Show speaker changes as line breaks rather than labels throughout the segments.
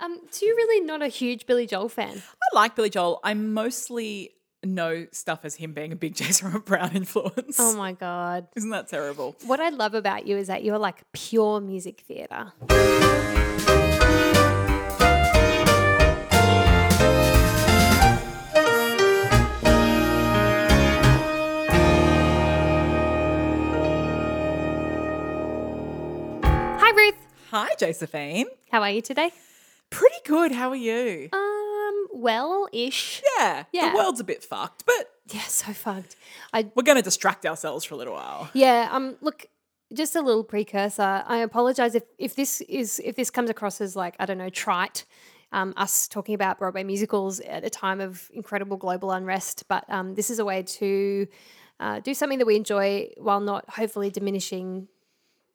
Um, so you're really not a huge Billy Joel fan.
I like Billy Joel. I mostly know stuff as him being a big Jason Robert Brown influence.
Oh my god.
Isn't that terrible?
What I love about you is that you're like pure music theater. Hi Ruth.
Hi, Josephine.
How are you today?
Pretty good. How are you?
Um, well-ish.
yeah.
yeah.
The world's a bit fucked, but
Yeah, so fucked. I
we're going to distract ourselves for a little while.
yeah, um look, just a little precursor. I apologize if if this is if this comes across as like, I don't know, trite. Um, us talking about Broadway musicals at a time of incredible global unrest, but um, this is a way to uh, do something that we enjoy while not hopefully diminishing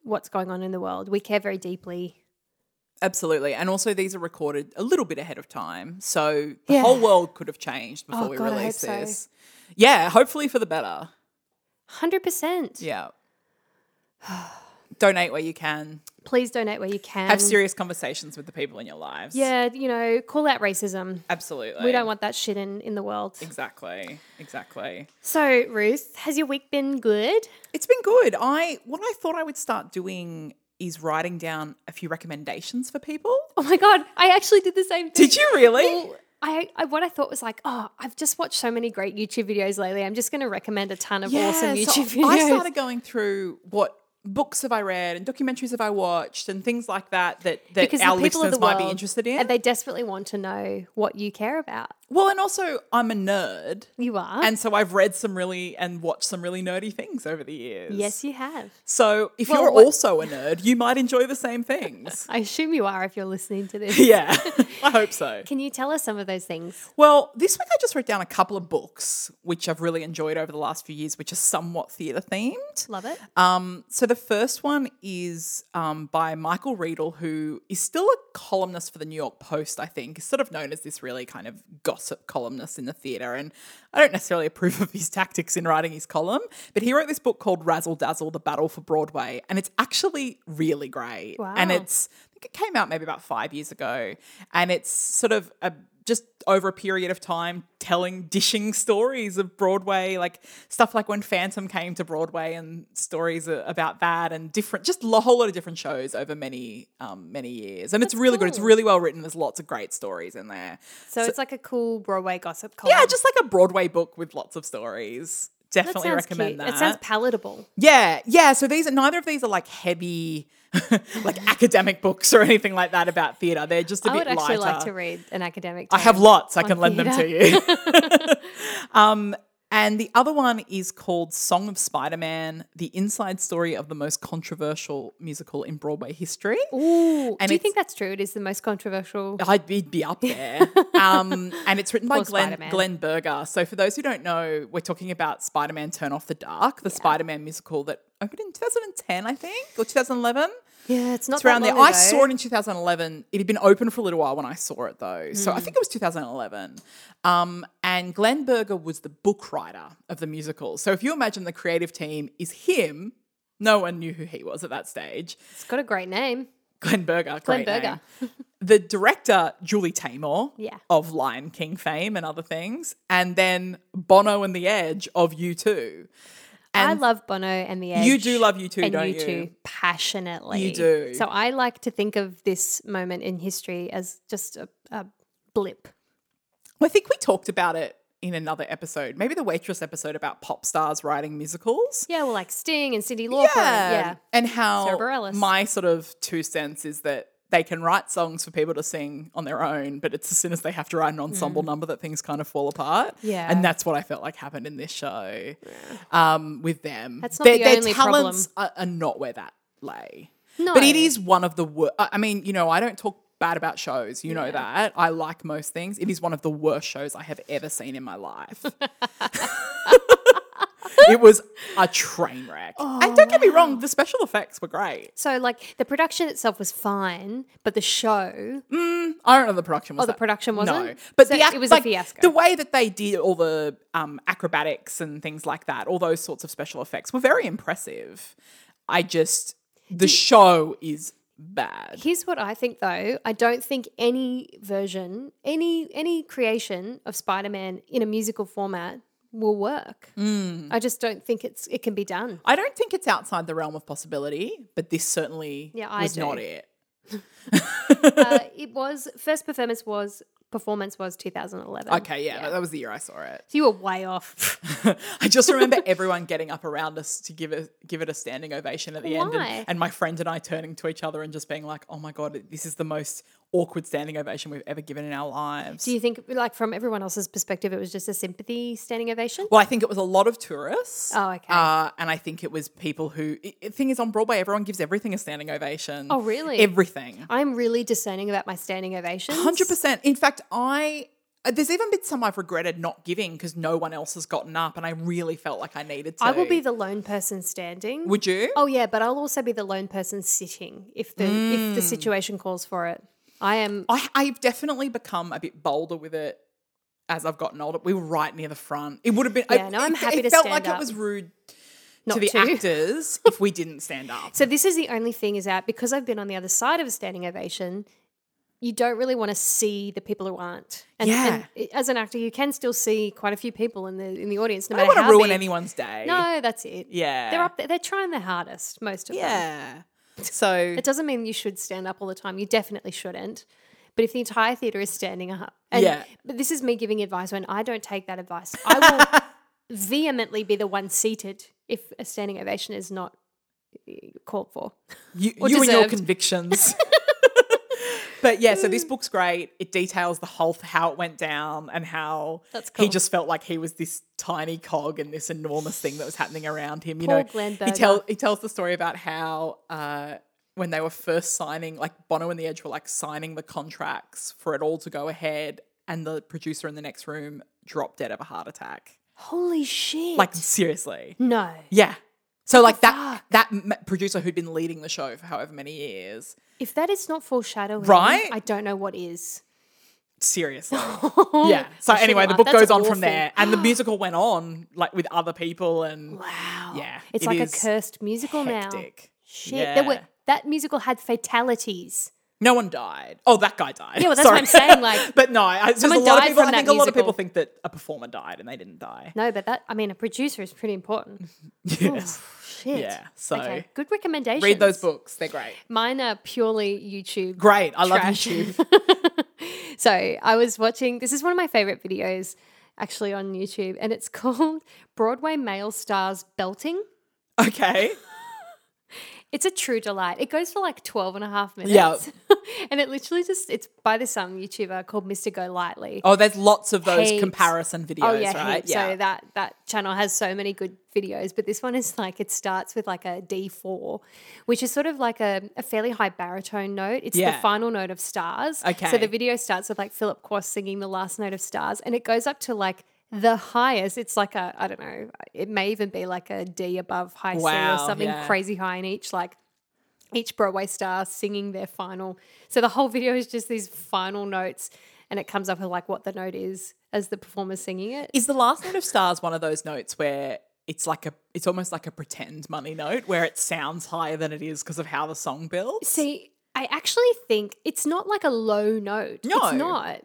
what's going on in the world. We care very deeply
Absolutely. And also, these are recorded a little bit ahead of time. So the
Yeah.
whole world could have changed before
Oh,
we
God, I hope
release
so.
this. Yeah, hopefully for the better.
100%.
Yeah. Donate where you can.
Please donate where you can.
Have serious conversations with the people in your lives.
Um, Yeah, you know, call out racism.
Absolutely.
We don't want that shit in, in the world.
Exactly. Exactly.
So, Ruth, has your week been good?
It's been good. I what I thought I would start doing is writing down a few recommendations for people.
Oh my God, I actually did the same thing.
Did you really?
Well, I, I what I thought was like, oh, I've just watched so many great YouTube videos lately. I'm just going to recommend a ton of awesome
Yeah, so
YouTube videos.
I started going through what books have I read and documentaries have I watched and things like that that, that
because
our
the people of
listeners
the
might
world
be interested in.
and they desperately want to know what you care about.
well, and also I'm a nerd.
You are,
And so I've read some really and watched some really nerdy things over the years.
yes, you have.
So if
Well,
you're
what-
also a nerd, you might enjoy the same things.
I assume you are if you're listening to this.
yeah. I hope so.
Can you tell us some of those things?
Well, this week I just wrote down a couple of books which I've really enjoyed over the last few years, which are somewhat theatre themed.
Love it.
Um, so the first one is um, by Michael Riedel, who is still a columnist for the New York Post, I think. He's sort of known as this really kind of gossip columnist in the theatre. And I don't necessarily approve of his tactics in writing his column, but he wrote this book called Razzle Dazzle The Battle for Broadway. And it's actually really great. And
Wow.
it's, I think it came out maybe about five years ago. And it's sort of a just over a period of time telling dishing stories of broadway like stuff like when phantom came to broadway and stories a- about that and different just a whole lot of different shows over many um, many years and it's really good it's
cool.
really well written there's lots of great stories in there
So, it's like a cool Broadway gossip column.
yeah just like a broadway book with lots of stories
that
definitely
sounds
recommend
cute.
that
It sounds palatable.
yeah, yeah. So these are neither of these are like heavy, like academic books or anything like that about theatre. They're just a
I
bit
would actually
lighter.
like to read an academic.
I have
term
lots. I
on
can lend them to
theatre.
you. um, and the other one is called Song of Spider Man, the inside story of the most controversial musical in Broadway history.
Ooh,
And
do you
it's-
think that's true? It is the most controversial.
I'd be, be up there. um, and it's written by
Or
Glenn,
Spider-Man.
Glenn Berger. So, for those who don't know, we're talking about Spider Man Turn Off the Dark, the Spider Man musical that opened in 2010, I think, or 2011.
Yeah, it's not
It's around there. I saw it in 2011. It had been open for a little while when I saw it, though. So
Hmm.
I think it was 2011. Um, and Glenn Berger was the book writer of the musical. So if you imagine the creative team is him, no one knew who he was at that stage.
It's got a great name.
Glenn Berger.
Glenn
Glenn
Berger.
Berger. the director, Julie Taymor
Yeah.
of Lion King fame and other things. And then Bono and the Edge of U2.
I love Bono and the Edge.
You do love U2,
and
don't
you two passionately.
You do.
So I like to think of this moment in history as just a, a blip.
Well, I think we talked about it in another episode, maybe the waitress episode about pop stars writing musicals. um,
Yeah, well, like Sting and Cindy Lauper. Yeah.
And how
Sarah Bareilles.
my sort of two cents is that they can write songs for people to sing on their own, but it's as soon as they have to write an ensemble number that things kind of fall apart.
Mm. Yeah.
And that's what I felt like happened in this show um, with them.
That's not
their,
the
their
only
talents are, are not where that lay.
No.
But it is one of the worst. I I mean, you know, I don't talk bad about shows. You know that. I like most things. It is one of the worst shows I have ever seen in my life. it was a train wreck.
Oh,
and don't get me wrong, the special effects were great.
So, like, the production itself was fine, but the show,
I don't know if the production was.
Oh, the
that-
production
No,
wasn't?
but
So
the ac-
it was a
like,
fiasco.
The way that they did all the um, acrobatics and things like that, all those sorts of special effects, were very impressive. I just the show is bad.
Here's what I think though. I don't think any version, any any creation of Spider-Man in a musical format will work.
Mm.
I just don't think it's it can be done.
I don't think it's outside the realm of possibility, but this certainly
Yeah, I
was
do.
not it.
uh, it was first performance was performance was 2011.
Okay, yeah, that was the year I saw it.
So you were way off.
I just remember everyone getting up around us to give it give it a standing ovation at the end,
Why?
and, and my friend and I turning to each other and just being like, "Oh my god, this is the most awkward standing ovation we've ever given in our lives."
Do you think like from everyone else's perspective it was just a sympathy standing ovation?
well, I think it was a lot of tourists.
Oh, okay.
Uh, and I think it was people who. i- i- thing is, on Broadway, everyone gives everything a standing ovation.
Oh, really?
Everything.
I'm really discerning about my standing ovations.
Hundred percent. In fact, I uh, there's even been some I've regretted not giving because no one else has gotten up, and I really felt like I needed to.
I will be the lone person standing.
Would you?
Oh yeah, but I'll also be the lone person sitting if the if the
Mm.
situation calls for it. I am
I, I've definitely become a bit bolder with it as I've gotten older. We were right near the front. It would have been.
Yeah, no, I'm
it,
happy
it
to
felt
stand
like
up.
it was rude
not
to
to
the actors if we didn't stand up.
So this is the only thing is that because I've been on the other side of a standing ovation, you don't really want to see the people who aren't. And,
Yeah.
and as an actor, you can still see quite a few people in the in the audience. No
I don't
matter
want
how
to ruin
big.
anyone's day.
No, that's it.
Yeah.
they're up there. They're trying their hardest. Most of them.
Yeah. So
It doesn't mean you should stand up all the time. You definitely shouldn't. But if the entire theater is standing up, and,
Yeah.
But this is me giving advice when I don't take that advice. I will vehemently be the one seated if a standing ovation is not eh, called for.
you,
or
you and your
deserved.
convictions. but yeah, so this book's great. It details the whole how it went down and how
That's
he
cool.
just felt like he was this tiny cog and this enormous thing that was happening around him. You
Poor
know,
Glenn
he
Berger.
tells he tells the story about how uh, when they were first signing, like Bono and the Edge were like signing the contracts for it all to go ahead, and the producer in the next room dropped dead of a heart attack.
Holy shit!
Like seriously,
no,
yeah. So like that that m- producer who'd been leading the show for however many years
if that is not foreshadowing,
Right?
I don't know what is.
seriously. yeah. So
I shouldn't
anyway, the
laugh.
book
That's
goes on from
awful.
there, and the musical went on like with other people, and
Wow.
Yeah,
It's
it
like a
is
cursed musical now.
hectic.
Shit. There were,
Yeah.
that musical had fatalities.
No one died. Oh, that guy died.
Yeah, well, that's what I'm saying, like,
but no, I, it's just a
someone
lot of
died
people. I
from
think
that
a lot of
musical. Oh,
people think that a performer died and they didn't die.
No, but that I mean, a producer is pretty important. Oh,
Yes.
Shit.
Yeah, so-
okay. good recommendations.
Read those books. They're great.
Mine are purely YouTube.
Great. I
Trash.
love YouTube.
So I was watching. This is one of my favorite videos, actually, on YouTube, and it's called Broadway Male Stars Belting.
Okay.
It's a true delight. It goes for like 12 and a half minutes.
Yeah.
and it literally just, it's by this um YouTuber called Mr. Go Lightly.
Oh, there's lots of those
Heaps.
comparison videos,
Oh yeah,
right?
heaps. So that that channel has so many good videos, but this one is like it starts with like a D four, which is sort of like a, a fairly high baritone note. It's
Yeah.
the final note of stars.
Okay.
So the video starts with like Philip Quast singing the last note of stars, and it goes up to like the highest. It's like a I don't know. It may even be like a D above high C
Wow,
or something
yeah.
crazy high in each like. Each Broadway star singing their final. So the whole video is just these final notes, and it comes up with like what the note is as the performer's singing it.
Is the last note of stars one of those notes where it's like a, it's almost like a pretend money note where it sounds higher than it is because of how the song builds?
See, I actually think it's not like a low note.
No.
It's not.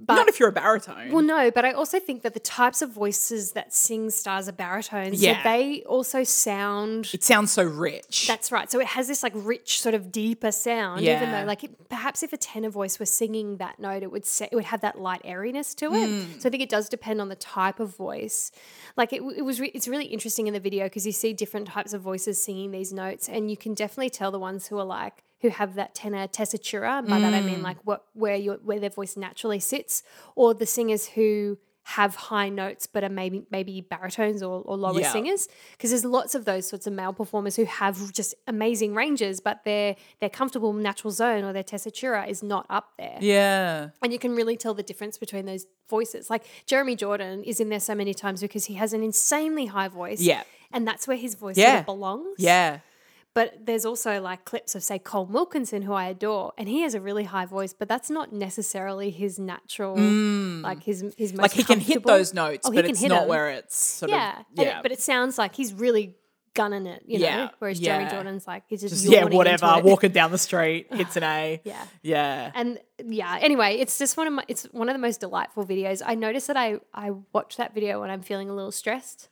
But
Not if you're a baritone.
well, no, but I also think that the types of voices that sing stars are baritones.
Yeah.
So they also sound
it sounds so rich.
that's right. So it has this like rich, sort of deeper sound, even
Yeah.
though like it, perhaps if a tenor voice were singing that note, it would say, it would have that light airiness to it.
Mm.
So I think it does depend on the type of voice. Like it, it was, re- it's really interesting in the video because you see different types of voices singing these notes, and you can definitely tell the ones who are like who have that tenor tessitura. And by that I
Mm.
mean like what where your where their voice naturally sits, or the singers who have high notes but are maybe maybe baritones or, or lower
Yeah.
singers because there's lots of those sorts of male performers who have just amazing ranges but their their comfortable natural zone or their tessitura is not up there
yeah.
and you can really tell the difference between those voices like jeremy jordan is in there so many times because he has an insanely high voice
Yeah.
and that's where his voice sort
Yeah.
of belongs
Yeah.
but there's also like clips of say Cole Wilkinson, who I adore, and he has a really high voice, but that's not necessarily his natural, like his his most
Mm. Like he can hit
comfortable-
those notes,
Oh, he
but
can
it's
hit
not
'em.
where it's sort
yeah,
of
and it-
yeah.
but it sounds like he's really gunning it, you
Yeah,
know. Whereas
yeah.
Jeremy Jordan's like he's just,
Just,
yawning
yeah,
into
whatever.
it.
Walking down the street, hits an A.
Yeah.
Yeah.
And yeah, anyway, it's just one of my it's one of the most delightful videos. I notice that I I watch that video when I'm feeling a little stressed.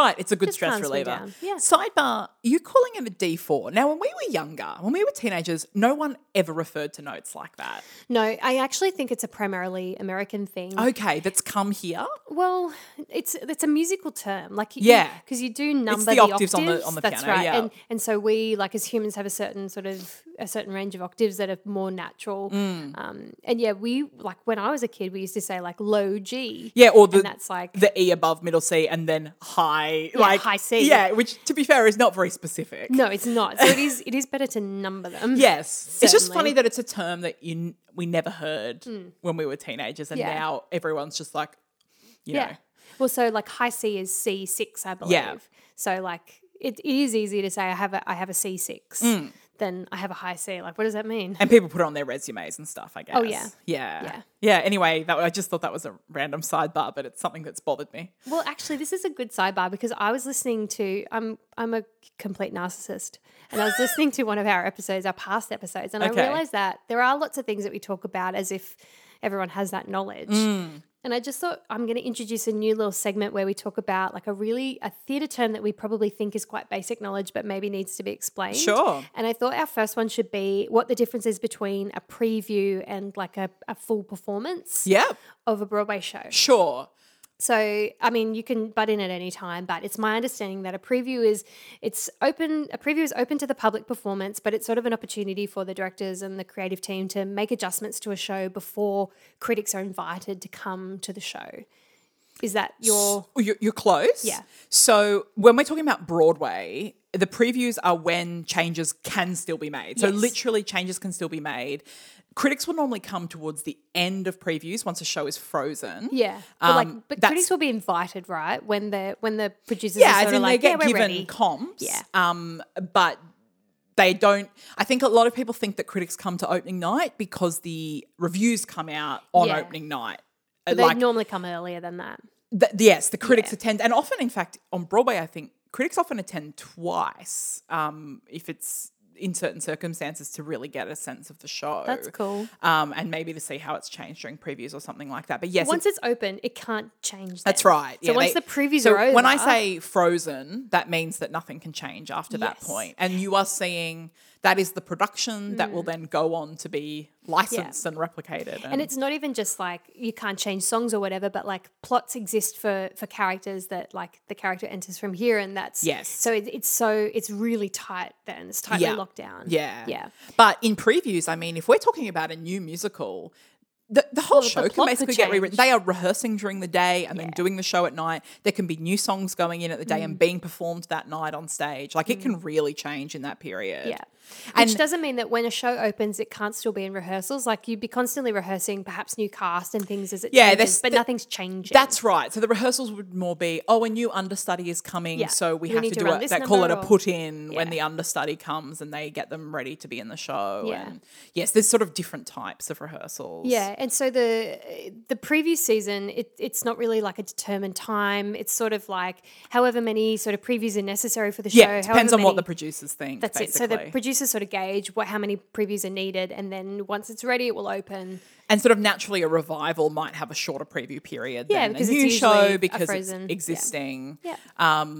Right. It's a good
Just
stress
calms me
reliever.
down. Yeah.
Sidebar, you calling him a D4. Now, when we were younger, when we were teenagers, no one ever referred to notes like that.
No, I actually think it's a primarily American thing.
Okay, that's come here.
Well, it's it's a musical term, like
Yeah.
because you do number
the
the,
octaves
octaves,
on the- on the
that's
piano,
right,
yeah.
and and so we like as humans have a certain sort of a certain range of octaves that are more natural.
Mm.
Um, and yeah, we like when I was a kid, we used to say like low G.
Yeah, or the
and that's like
the E above middle C and then high like
high C.
Yeah, which to be fair is not very specific.
no, it's not. So it is it is better to number them.
Yes. It's just
Certainly. Hmm.
funny that it's a term that you n- we never heard when we were teenagers and
Yeah.
now everyone's just like you
yeah.
know.
Well, so like high C is C six, I believe.
Yeah.
So like it, it is easy to say I have a I have a C six,
Mm.
then I have a high C. Like what does that mean?
And people put it on their resumes and stuff, I guess.
yeah.
Yeah. Yeah.
Oh, Yeah.
Anyway, that I just thought that was a random sidebar, but it's something that's bothered me.
Well, actually, this is a good sidebar because I was listening to I'm I'm a complete narcissist, and I was listening to one of our episodes, our past episodes, and
Okay.
I realized that there are lots of things that we talk about as if everyone has that knowledge.
Mm.
And I just thought I'm going to introduce a new little segment where we talk about like a really a theatre term that we probably think is quite basic knowledge, but maybe needs to be explained.
Sure.
And I thought our first one should be what the difference is between a preview and like a, a full performance
Yeah.
of a Broadway show.
Sure.
So, I mean, you can butt in at any time, but it's my understanding that a preview is it's open. A preview is open to the public performance, but it's sort of an opportunity for the directors and the creative team to make adjustments to a show before critics are invited to come to the show. Is that your?
Oh, You're, you're close.
Yeah.
So when we're talking about Broadway, the previews are when changes can still be made. So
Yes.
literally, changes can still be made. Critics will normally come towards the end of previews once a show is frozen.
Yeah, but
Um,
like, but
that's-
critics will be invited, right? When the when the producers,
Yeah,
are
I
sort of
think
like,
they
yeah,
get
we're
given
ready.
comps.
Yeah.
Um, but they don't. I think a lot of people think that critics come to opening night because the reviews come out on
Yeah.
opening night.
But they normally come earlier than that.
Th- yes, the critics attend, and often, in fact, on Broadway, I think critics often attend twice um, if it's in certain circumstances to really get a sense of the show.
That's cool.
Um, and maybe to see how it's changed during previews or something like that. But yes,
Once it's open, it can't change.
that's
then.
right.
So
Yeah,
once
they-
the previews
so
are over,
when I say frozen, that means that nothing can change after that
Yes.
point. And you are seeing that is the production that will then go on to be licensed and replicated.
Mm. And it's not even just like you can't change songs or whatever, but like plots exist for for characters that like the character enters from here, and that's
Yes.
So it, it's so it's really tight. Then it's tightly
Yeah.
locked down.
Yeah.
yeah.
But in previews, I mean, if we're talking about a new musical, the, the whole
Well, the
show can
plot could
basically get rewritten.
change.
They are rehearsing during the day and then doing the show at night. There can be new songs going in at the day
Mm.
and being performed that night on stage. Like it can really change in that period.
Yeah.
And-
Which doesn't mean that when a show opens, it can't still be in rehearsals. Like you'd be constantly rehearsing perhaps new cast and things as it
Yeah, that's-
changes, but
that-
nothing's changing.
That's right. So the rehearsals would more be, oh, a new understudy is coming,
Yeah.
so
We
we have to
need to
do
run
it.
this
They call it
number
a
or-
put in when
Yeah.
the understudy comes and they get them ready to be in the show.
Yeah.
And yes, there's sort of different types of rehearsals.
Yeah, and so the the preview season, it, it's not really like a determined time. It's sort of like however many sort of previews are necessary for the show.
Yeah, it depends
however
on what
many-
the producers think.
That's
basically.
it. So the producers sort of gauge what how many previews are needed, and then once it's ready, it will open.
and sort of naturally a revival might have a shorter preview period
Yeah,
than
because
a
it's
new
usually
show
a
because it's
frozen- yeah.
existing.
Yeah,
Um,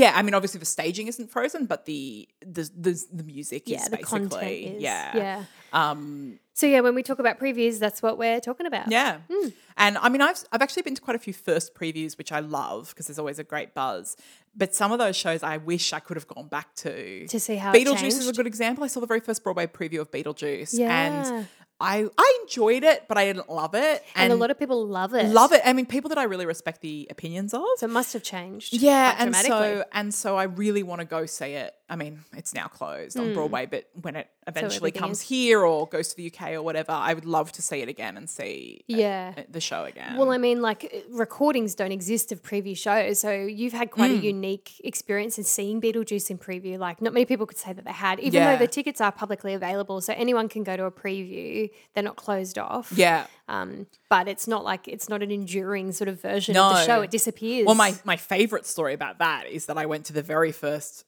yeah, I mean, obviously the staging isn't frozen, but the the the, the music
yeah.
is
The
Um, basically
content is
yeah
yeah.
Um,
So yeah, when we talk about previews, that's what we're talking about.
yeah.
Hmm.
And I mean, I've I've actually been to quite a few first previews, which I love because there's always a great buzz. But some of those shows I wish I could have gone back to
To see how it
Beetlejuice is a
changed.
good example. I saw the very first Broadway preview of Beetlejuice,
Yeah.
and I I enjoyed it, but I didn't love it.
and, a lot of people love it.
love it. I mean, people that I really respect the opinions of.
So it must have changed.
yeah,
quite
and
dramatically.
so and so I really want to go see it I mean, it's now closed
Hmm.
on Broadway, but when it eventually
everything
comes
is-
here or goes to the UK or whatever, I would love to see it again and see uh,
Yeah.
uh, the show again.
Well, I mean, like uh, recordings don't exist of preview shows, so you've had quite
Mm.
a unique experience in seeing Beetlejuice in preview. Like, not many people could say that they had, even
Yeah.
though the tickets are publicly available, so anyone can go to a preview. They're not closed off.
yeah.
Um, but it's not like it's not an enduring sort of version of the
No.
show. It disappears.
Well, my, my favorite story about that is that I went to the very first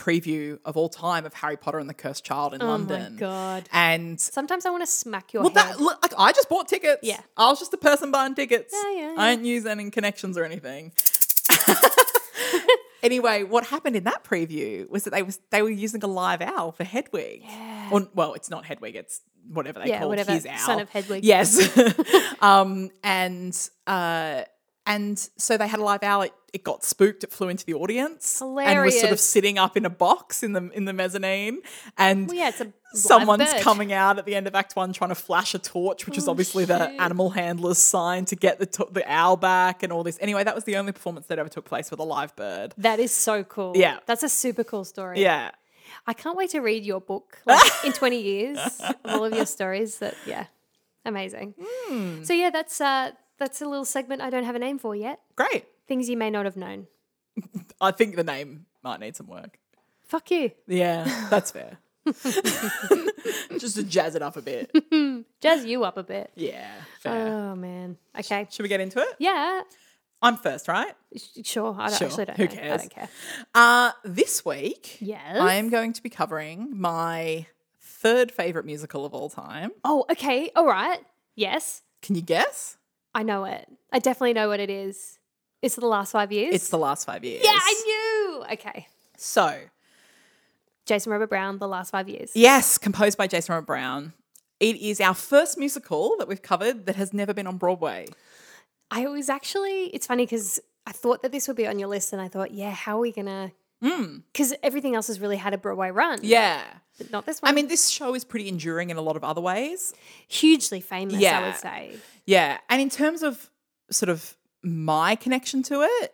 preview of all time of Harry Potter and the Cursed Child in
oh my
London.
god.
And
Sometimes I want to smack your
well,
head.
that look, like, I just bought tickets.
Yeah.
I was just the person buying tickets.
Yeah, yeah,
I didn't use any connections or anything. anyway, what happened in that preview was that they was they were using a live owl for Hedwig. Yeah. Or, well, it's not Hedwig. It's whatever they
Yeah,
called
whatever,
his owl.
son of Hedwig.
Yes. um, and uh, and so they had a live owl. It, it got spooked. It flew into the audience and was sort of
Hilarious.
sitting up in a box in the in the mezzanine. And
Well, yeah, it's a live
someone's
bird.
coming out at the end of Act One trying to flash a torch, which is
Oh,
obviously the animal handler's sign to get the to- the owl back and all this. Anyway, that was the only performance that ever took place with a live bird.
That is so cool.
Yeah.
That's a super cool story.
Yeah.
I can't wait to read your book like, in 20 years of all of your stories that yeah amazing
Hmm.
so yeah that's uh that's a little segment I don't have a name for yet
Great.
things you may not have known
I think the name might need some work.
fuck you
Yeah, that's fair. Just to jazz it up a bit.
jazz you up a bit
Yeah, fair.
oh man okay
Should we get into it?
yeah
I'm first, right?
sh- sure I don't,
Sure.
actually don't
Who
know. I
cares?
don't care
Uh, this week,
yes
I am going to be covering my third favorite musical of all time.
oh okay all right yes
Can you guess?
I know it I definitely know what it is it's the last five years
It's the last five years.
yeah I knew okay
So,
Jason Robert Brown the last five years
yes, composed by Jason Robert Brown. It is our first musical that we've covered that has never been on Broadway.
I was actually, it's funny because I thought that this would be on your list and I thought, yeah, how are we going to? Because everything else has really had a Broadway run.
Hmm. Yeah.
But not this one.
I mean, this show is pretty enduring in a lot of other ways.
hugely famous, I
Yeah.
would say.
Yeah. And in terms of sort of my connection to it,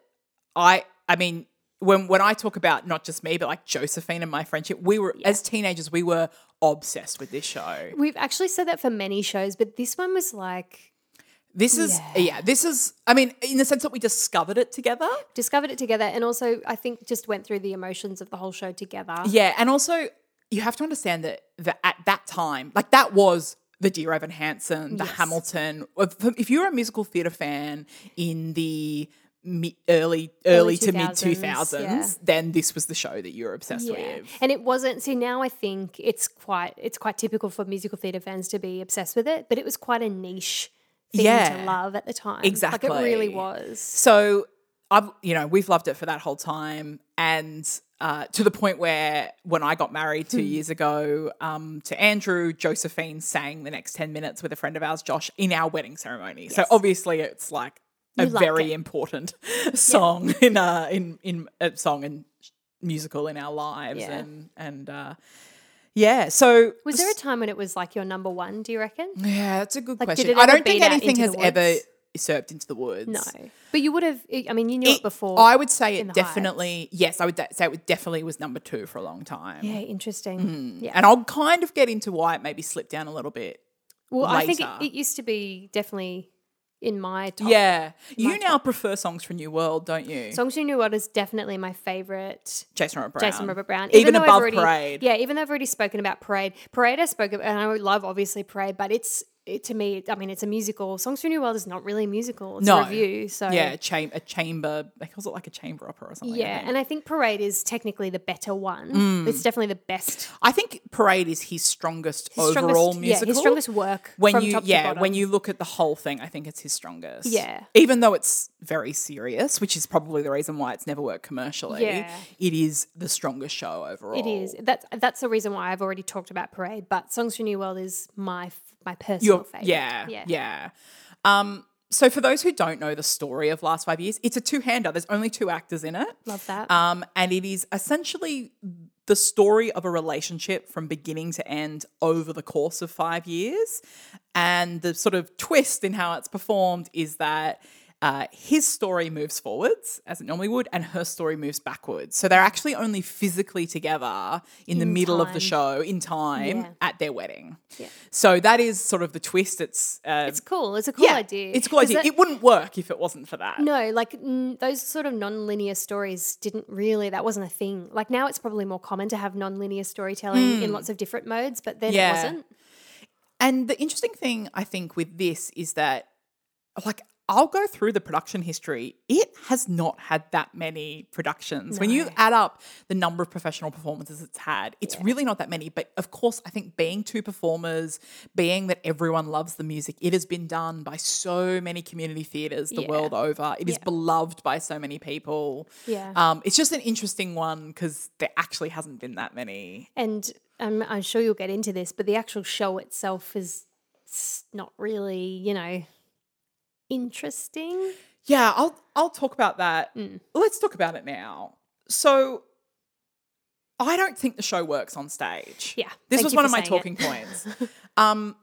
I I mean, when when I talk about not just me, but like Josephine and my friendship, we were as teenagers, we were obsessed with this show.
We've actually said that for many shows, but this one was like,
This is yeah, this is I mean, in the sense that we discovered it together.
discovered it together and also, I think, just went through the emotions of the whole show together.
Yeah, and also you have to understand that that at that time, like that was the Dear Evan Hansen, the
Yes.
Hamilton. If if you're a musical theatre fan in the mi- early early to mid
2000s,
2000s
yeah.
then this was the show that you're obsessed with
And it wasn't so now I think it's quite it's quite typical for musical theatre fans to be obsessed with it, but it was quite a niche thing
Yeah.
to love at the time. Like it
Exactly.
really was.
so i've you know we've loved it for that whole time and uh, to the point where when i got married
Hmm.
two years ago um, to andrew josephine sang the next 10 minutes with a friend of ours josh in our wedding ceremony so obviously it's like a
You like
very
it.
important song in uh in in a song and musical in our lives
Yeah.
and and uh yeah so
Was there a time when it was like your number one, do you reckon?
yeah that's a good
did
question
it
i
ever
don't think
beat out
anything has
Into the
ever
Woods?
usurped into the woods
No. But you would have, I mean, you knew it,
it-
before.
I would say
the
it
Heights.
definitely. Yes, I would de- say it would definitely was number two for a long time.
yeah, interesting. Yeah.
And I'll kind of get into why it maybe slipped down a little bit.
Well, I think
later.
it, it used to be definitely in my top.
Yeah, you now prefer songs from New World, don't you?
Songs You Knew What is definitely my favorite.
Jason Robert Brown.
Jason Robert Brown.
Even
though I've
above
already,
Parade.
Yeah, even though I've already spoken about Parade. Parade I spoke about, and I love obviously Parade, but it's, it, to me, I mean, it's a musical. Songs from New World is not really a musical, it's
No.
a review. So,
Yeah, a, cham- a chamber. They calls it like a Mm. chamber opera or something.
Yeah, and I think Parade is technically the better one. It's definitely the best,
I think Parade Oh, is his strongest
his
overall
strongest,
musical.
yeah, his strongest work.
when
from
you
top to
yeah
bottom.
when you look at the whole thing i think it's his strongest
Yeah.
even though it's very serious which is probably the reason why it's never worked commercially
Yeah.
it is the strongest show overall
It is. That's that's the reason why I've already talked about Parade, but Songs from New World is my f- my personal
Your-
favorite.
yeah yeah, um so for those who don't know the story of last five years it's a two-hander there's only two actors in it
Love that.
um and it is essentially the story of a relationship from beginning to end over the course of five years and the sort of twist in how it's performed is that Uh, his story moves forwards as it normally would, and her story moves backwards. So they're actually only physically together in, the
In
middle of the
time.
show in time
Yeah.
at their wedding.
Yeah.
So that is sort of the twist. It's, uh,
It's cool. It's a cool
yeah,
idea.
It's a cool
'Cause
idea.
that-
it wouldn't work if it wasn't for that.
no, like n- those sort of non-linear stories didn't really. That wasn't a thing. Like now, it's probably more common to have non-linear storytelling in lots of different modes, but then
Hmm. Yeah.
it wasn't.
And the interesting thing I think with this is that like I'll go through the production history. It has not had that many productions. When you
No.
add up the number of professional performances it's had, it's really not that many. But of course, I think being two performers, being that everyone loves the music, it has been done by so many community theatres the
Yeah.
world over. It is beloved by so many people.
Yeah.
Um, it's just an interesting one because there actually hasn't been that many.
And um, I'm sure you'll get into this, but the actual show itself is s- not really, you know, interesting.
Yeah, I'll I'll talk about that.
Mm.
Let's talk about it now. So I don't think the show works on stage.
Yeah,
This
thank
was
you
one
for
of my
saying it.
talking points. um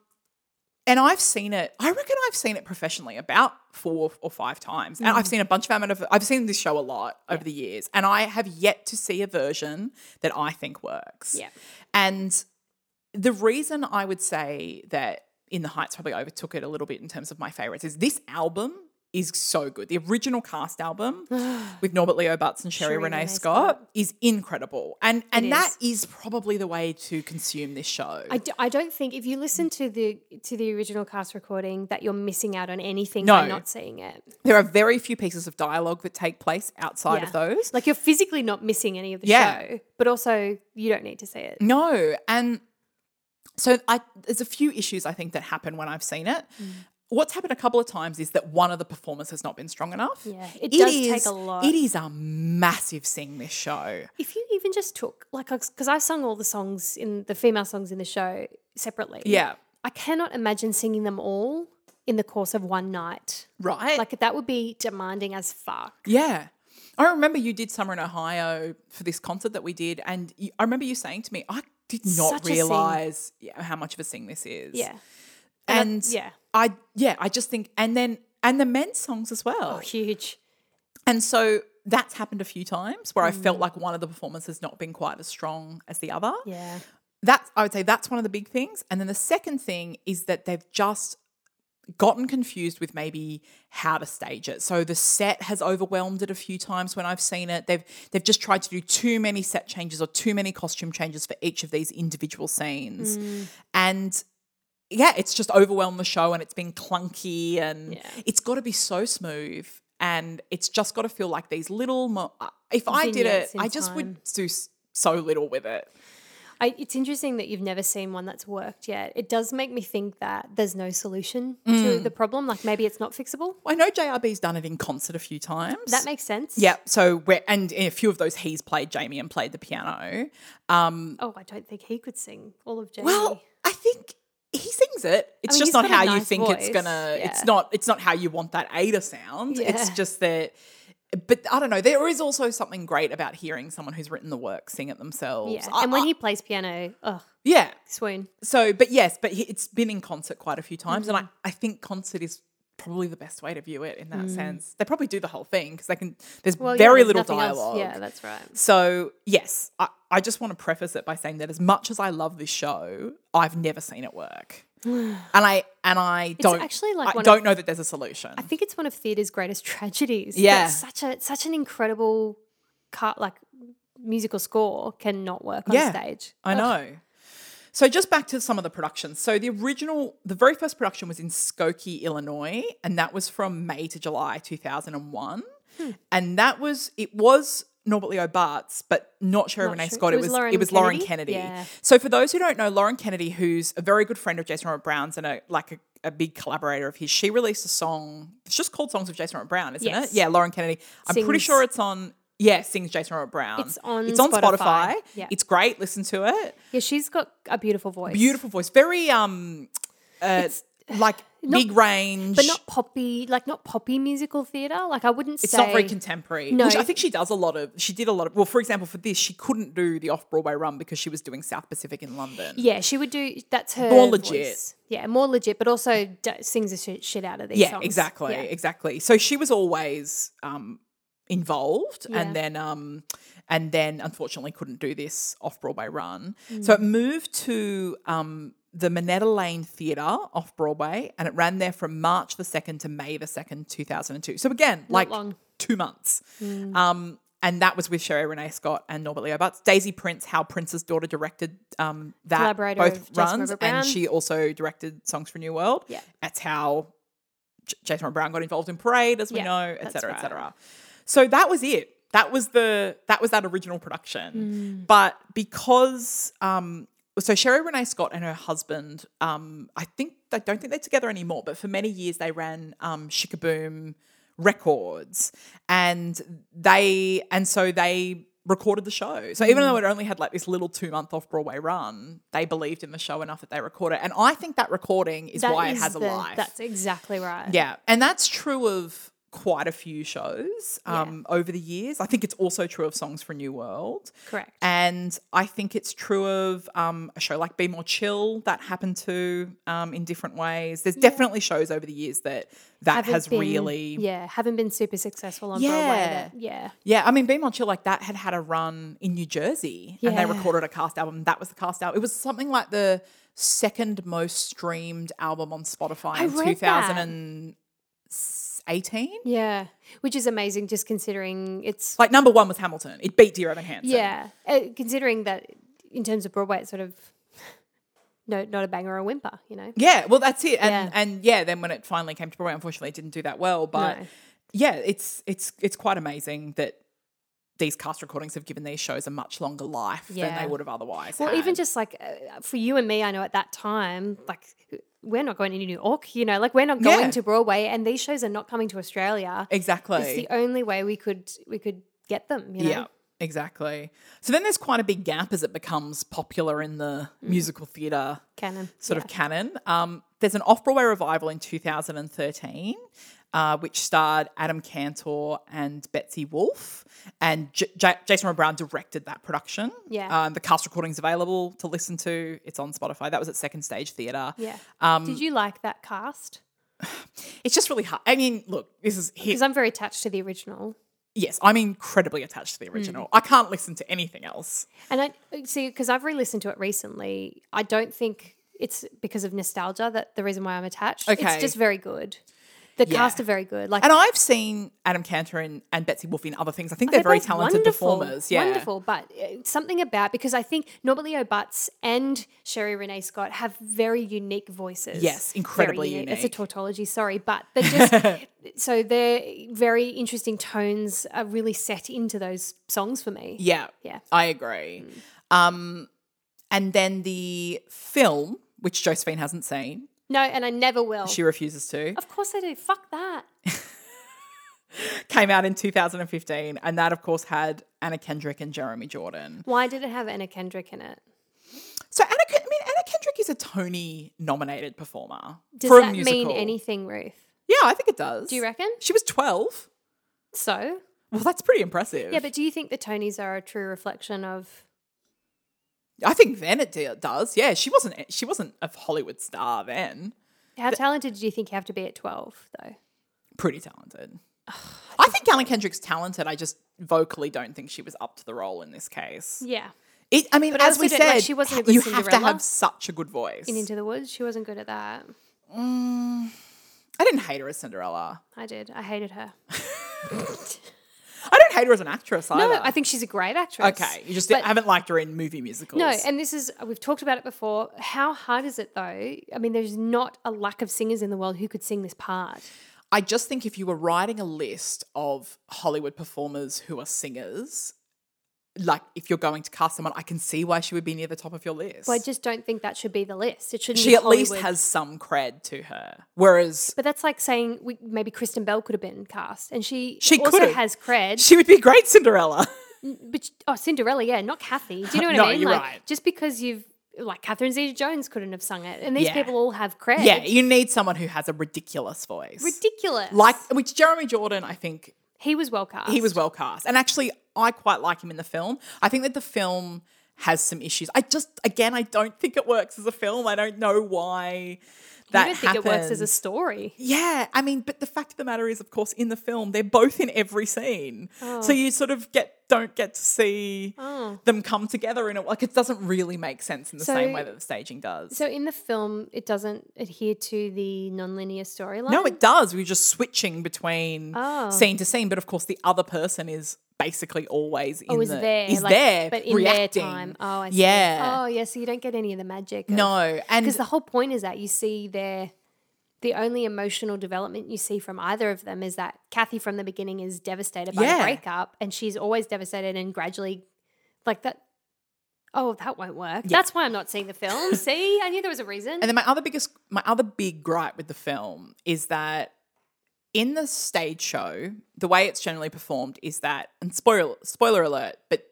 and I've seen it, I reckon I've seen it professionally about four or five times. And
Mm.
I've seen a bunch of amateur, I've seen this show a lot over the years. And I have yet to see a version that I think works.
Yeah.
And the reason I would say that In the Heights probably overtook it a little bit in terms of my favorites is this album is so good. The original cast album with Norbert Leo Butts and Sherry
Sherry
Renee,
Renee
Scott, is incredible. And and
It
that is probably the way to consume this show.
I, d- I don't think if you listen to the to the original cast recording that you're missing out on anything by
No.
not seeing it.
there are very few pieces of dialogue that take place outside of
Yeah.
those.
Like you're physically not missing any of the
Yeah.
show, but also you don't need to see it.
No, and so I there's a few issues I think that happen when I've seen it. What's happened a couple of times is that one of the performers has not been strong enough.
Yeah, it does take a lot.
It is a massive sing this show.
If you even just took like because I've sung all the songs in the female songs in the show separately.
Yeah,
I cannot imagine singing them all in the course of one night.
right.
Like that would be demanding as fuck.
yeah. I remember you did summer in Ohio for this concert that we did, and you, I remember you saying to me, "I did not
Such a sing.
realize yeah, how much of a sing this is."
Yeah.
and
I- yeah.
I yeah, I just think, and then and the men's songs as
Oh,
well.
Huge.
And so that's happened a few times where I
Mm.
felt like one of the performers has not been quite as strong as the other.
Yeah.
That's I would say that's one of the big things. And then the second thing is that they've just gotten confused with maybe how to stage it. So the set has overwhelmed it a few times when I've seen it. They've they've just tried to do too many set changes or too many costume changes for each of these individual scenes.
Mm.
And yeah, it's just overwhelmed the show and it's been clunky and
Yeah.
it's got to be so smooth and it's just got to feel like these little mo- if I did it,
Vignettes in
I just
time.
would do s- so little with it.
I, it's interesting that you've never seen one that's worked yet. It does make me think that there's no solution to the problem. Like maybe it's not fixable.
I know JRB's done it in concert a few times.
That makes sense.
yeah, so we're, and in a few of those he's played Jamie and played the piano. Um,
Oh, I don't think he could sing all of Jamie.
well, I think he sings it. It's
mean,
just
he's
not
got a
how you
nice
think it's
voice,
gonna. It's
yeah.
not. It's not how you want that A to sound. It's
Yeah.
just that. But I don't know. There is also something great about hearing someone who's written the work sing it themselves.
yeah.
I-
and when
I-
he plays piano, oh,
yeah,
swoon.
so but yes, but he- it's been in concert quite a few times, and
Mm-hmm.
I, I think concert is probably the best way to view it in that sense. They probably do the whole thing because they can. There's
Mm. Well, yeah,
very
there's
little
nothing else.
dialogue.
Yeah, that's right.
So, yes, I, I just want to preface it by saying that as much as I love this show, I've never seen it work. and I and I don't
actually like one
I
of-
don't know that there's a solution.
I think it's one of theatre's greatest tragedies. that
Yeah.
such a such an incredible cut like musical score cannot work on
Yeah.
stage.
I know. So just back to some of the productions. So the original, the very first production was in Skokie, Illinois, and that was from May to July 2001.
Hmm.
And that was it was Norbert Leo Bartz, but not Sherry Renee
sure.
Scott. It was it was Lauren,
Kennedy?
Kennedy.
Yeah.
So for those who don't know, Lauren Kennedy, who's a very good friend of Jason Robert Brown's and a like a, a big collaborator of his, she released a song. It's just called Songs of Jason Robert Brown, isn't
Yes.
it? Yeah, Lauren Kennedy. I'm pretty
Sings-
sure it's on. Yeah, sings Jason Robert Brown.
It's on
It's on Spotify.
Spotify. Yeah.
It's great. Listen to it
Yeah, she's got a beautiful voice.
beautiful voice very um uh, like
Not-
Big range.
but not poppy, like not poppy musical theatre. Like I wouldn't
it's
say
not very contemporary.
No.
Which I think she does a lot of. She did a lot of. Well, for example, for this, she couldn't do the off Broadway run because she was doing South Pacific in London.
Yeah, she would do. That's her
More legit.
voice. Yeah, more legit, but also d- sings the shit, shit out of these
Yeah,
songs.
exactly,
Yeah.
exactly. So she was always um, involved,
Yeah.
and then um, and then unfortunately couldn't do this off Broadway run. So
Mm.
it moved to um, the Minetta Lane Theatre off Broadway, and it ran there from March the second to May the second, two thousand and two. So again, like
long. Mm.
two months. Um, and that was with Sherry Renee Scott and Norbert Leo Butts. Daisy Prince, How Prince's Daughter, directed um, that
Collaborator of
both
Jason
runs,
Robert Brown.
and she also directed Songs for a New World.
Yeah.
that's how J- Jason Robert Brown got involved in Parade, as we
Yeah,
know, et
that's
cetera,
right.
et cetera. So that was it. That was the that was that original production.
Hmm.
But because um so Sherry Renee Scott and her husband, um, I think I don't think they're together anymore, but for many years they ran um Shikaboom Records. And they and so they recorded the show. So even though
Hmm.
it only had like this little two month off Broadway run, they believed in the show enough that they recorded it. And I think that recording is
That
why it
is
has a
the-
life.
That's exactly right.
Yeah, and that's true of quite a few shows um, over the years. I think it's also true of Songs for a New World.
Correct.
And I think it's true of um, a show like Be More Chill that happened to um, in different ways. There's definitely shows over the years that that
Haven't
has
been-
really. Yeah.
yeah, haven't been super successful on Broadway.
Yeah.
That, yeah,
I mean, Be More Chill like that had had a run in New Jersey, and they
Yeah.
recorded a cast album. That was the cast album. It was something like the second most streamed album on Spotify
I
in
read that.
2018.
yeah, which is amazing, just considering it's
Like number one was Hamilton. It beat Dear Evan Hansen.
yeah, uh, considering that in terms of Broadway, it's sort of no, not a banger or a whimper, you know.
Yeah. Well, that's it. And
Yeah.
and yeah, then when it finally came to Broadway, unfortunately, it didn't do that well. But
No.
yeah, it's it's it's quite amazing that these cast recordings have given these shows a much longer life than
Yeah.
they would have otherwise.
Well,
had.
even just like uh, for you and me, I know at that time, like we're not going to New York, you know, like we're not going
Yeah.
to Broadway, and these shows are not coming to Australia.
exactly.
It's the only way we could we could get them. You know?
Yeah, exactly. So then there's quite a big gap as it becomes popular in the
Mm.
musical theatre
canon
sort of canon. Um, there's an off Broadway revival in 2013, uh, which starred Adam Cantor and Betsy Wolfe. And J- J- Jason Roy Brown directed that production.
Yeah.
Um, the cast recording's available to listen to. It's on Spotify. That was at Second Stage Theatre.
Yeah.
Um,
Did you like that cast?
it's just really hard. I mean, look, this is hit.
Because I'm very attached to the original,
Yes, I'm incredibly attached to
Mm.
the original. I can't listen to anything else.
and I see because I've re-listened to it recently. I don't think it's because of nostalgia that the reason why I'm attached.
Okay.
It's just very good. The
Yeah.
cast are very good. Like
And I've seen Adam Cantor and, and Betsy Wolfe in other things. I think they're, very
both
talented performers. Yeah.
Wonderful, but uh, something about because I think Norbert Leo Butts and Sherry Renee Scott have very unique voices.
Yes,
Very
incredibly
It's a
unique.
tautology, sorry, but but just so their very interesting tones are really set into those songs for me.
Yeah.
Yeah.
I agree.
Mm.
Um, and then the film, which Josephine hasn't seen,
No, and I never will.
she refuses to,
of course I do. Fuck that.
came out in 2015. And that, of course, had Anna Kendrick and Jeremy Jordan.
Why did it have Anna Kendrick in it?
So, Anna, Ken- I mean, Anna Kendrick is a Tony nominated performer
Does
for a
that mean
musical.
anything, Ruth?
Yeah, I think it does.
Do you reckon?
She was 12.
So,
Well, that's pretty impressive.
yeah, but do you think the Tonys are a true reflection of?
I think then it do- does. Yeah, she wasn't she wasn't a Hollywood star then.
How talented do you think you have to be at twelve, though?
pretty talented. I think Alan Kendrick's talented. I just vocally don't think she was up to the role in this case.
Yeah.
It, I mean,
I
as
also
we
don't- like,
said,
she wasn't
ha-
it with
you have to
Cinderella?
have such a good voice.
In Into the Woods, she wasn't good at that.
I didn't hate her as Cinderella.
I did. I hated her.
I don't hate her as an actress either.
No, I think she's a great actress.
okay, you just
But-
haven't liked her in movie musicals.
No, and this is we've talked about it before. How hard is it though? I mean, there's not a lack of singers in the world who could sing this part.
I just think if you were writing a list of Hollywood performers who are singers, like if you're going to cast someone, I can see why she would be near the top of your list.
But I just don't think that should be the list. It shouldn't.
she
be
at least
Hollywood.
has some cred to her. Whereas
But that's like saying we, maybe Kristen Bell could have been cast, and she
She
also
could've.
has cred.
She would be great Cinderella.
but oh, Cinderella, yeah, not Kathy. Do you know what
No,
I mean?
you're
like,
right.
Just because you've like Catherine Zeta Jones couldn't have sung it. And these
Yeah.
people all have cred.
Yeah, you need someone who has a ridiculous voice.
Ridiculous.
like which Jeremy Jordan, I think
he was well cast.
he was well cast. And actually I quite like him in the film. I think that the film has some issues. I just again I don't think it works as a film. I don't know why that
I don't think it works as a
happened.
story.
Yeah, I mean, but the fact of the matter is, of course, in the film, they're both in every scene, so
Oh.
you sort of get don't get to see them come together in a like it doesn't really make sense in the
So-
same way that the staging does.
So in the film, it doesn't adhere to the non-linear storyline.
no, it does. We're just switching between
Oh.
scene to scene, but of course, the other person is basically always in
oh, is
the,
there,
is
like,
there,
but in
reacting.
their time. Oh, I see.
Yeah.
Oh, yeah. So you don't get any of the magic.
No,
because
and
the whole point is that you see their the only emotional development you see from either of them is that Kathy from the beginning is devastated by the
Yeah.
breakup, and she's always devastated and gradually like that. Oh, that won't work. That's why I'm not seeing the film. see, I knew there was a reason.
And then my other biggest, my other big gripe with the film is that in the stage show, the way it's generally performed is that, and spoiler spoiler alert, but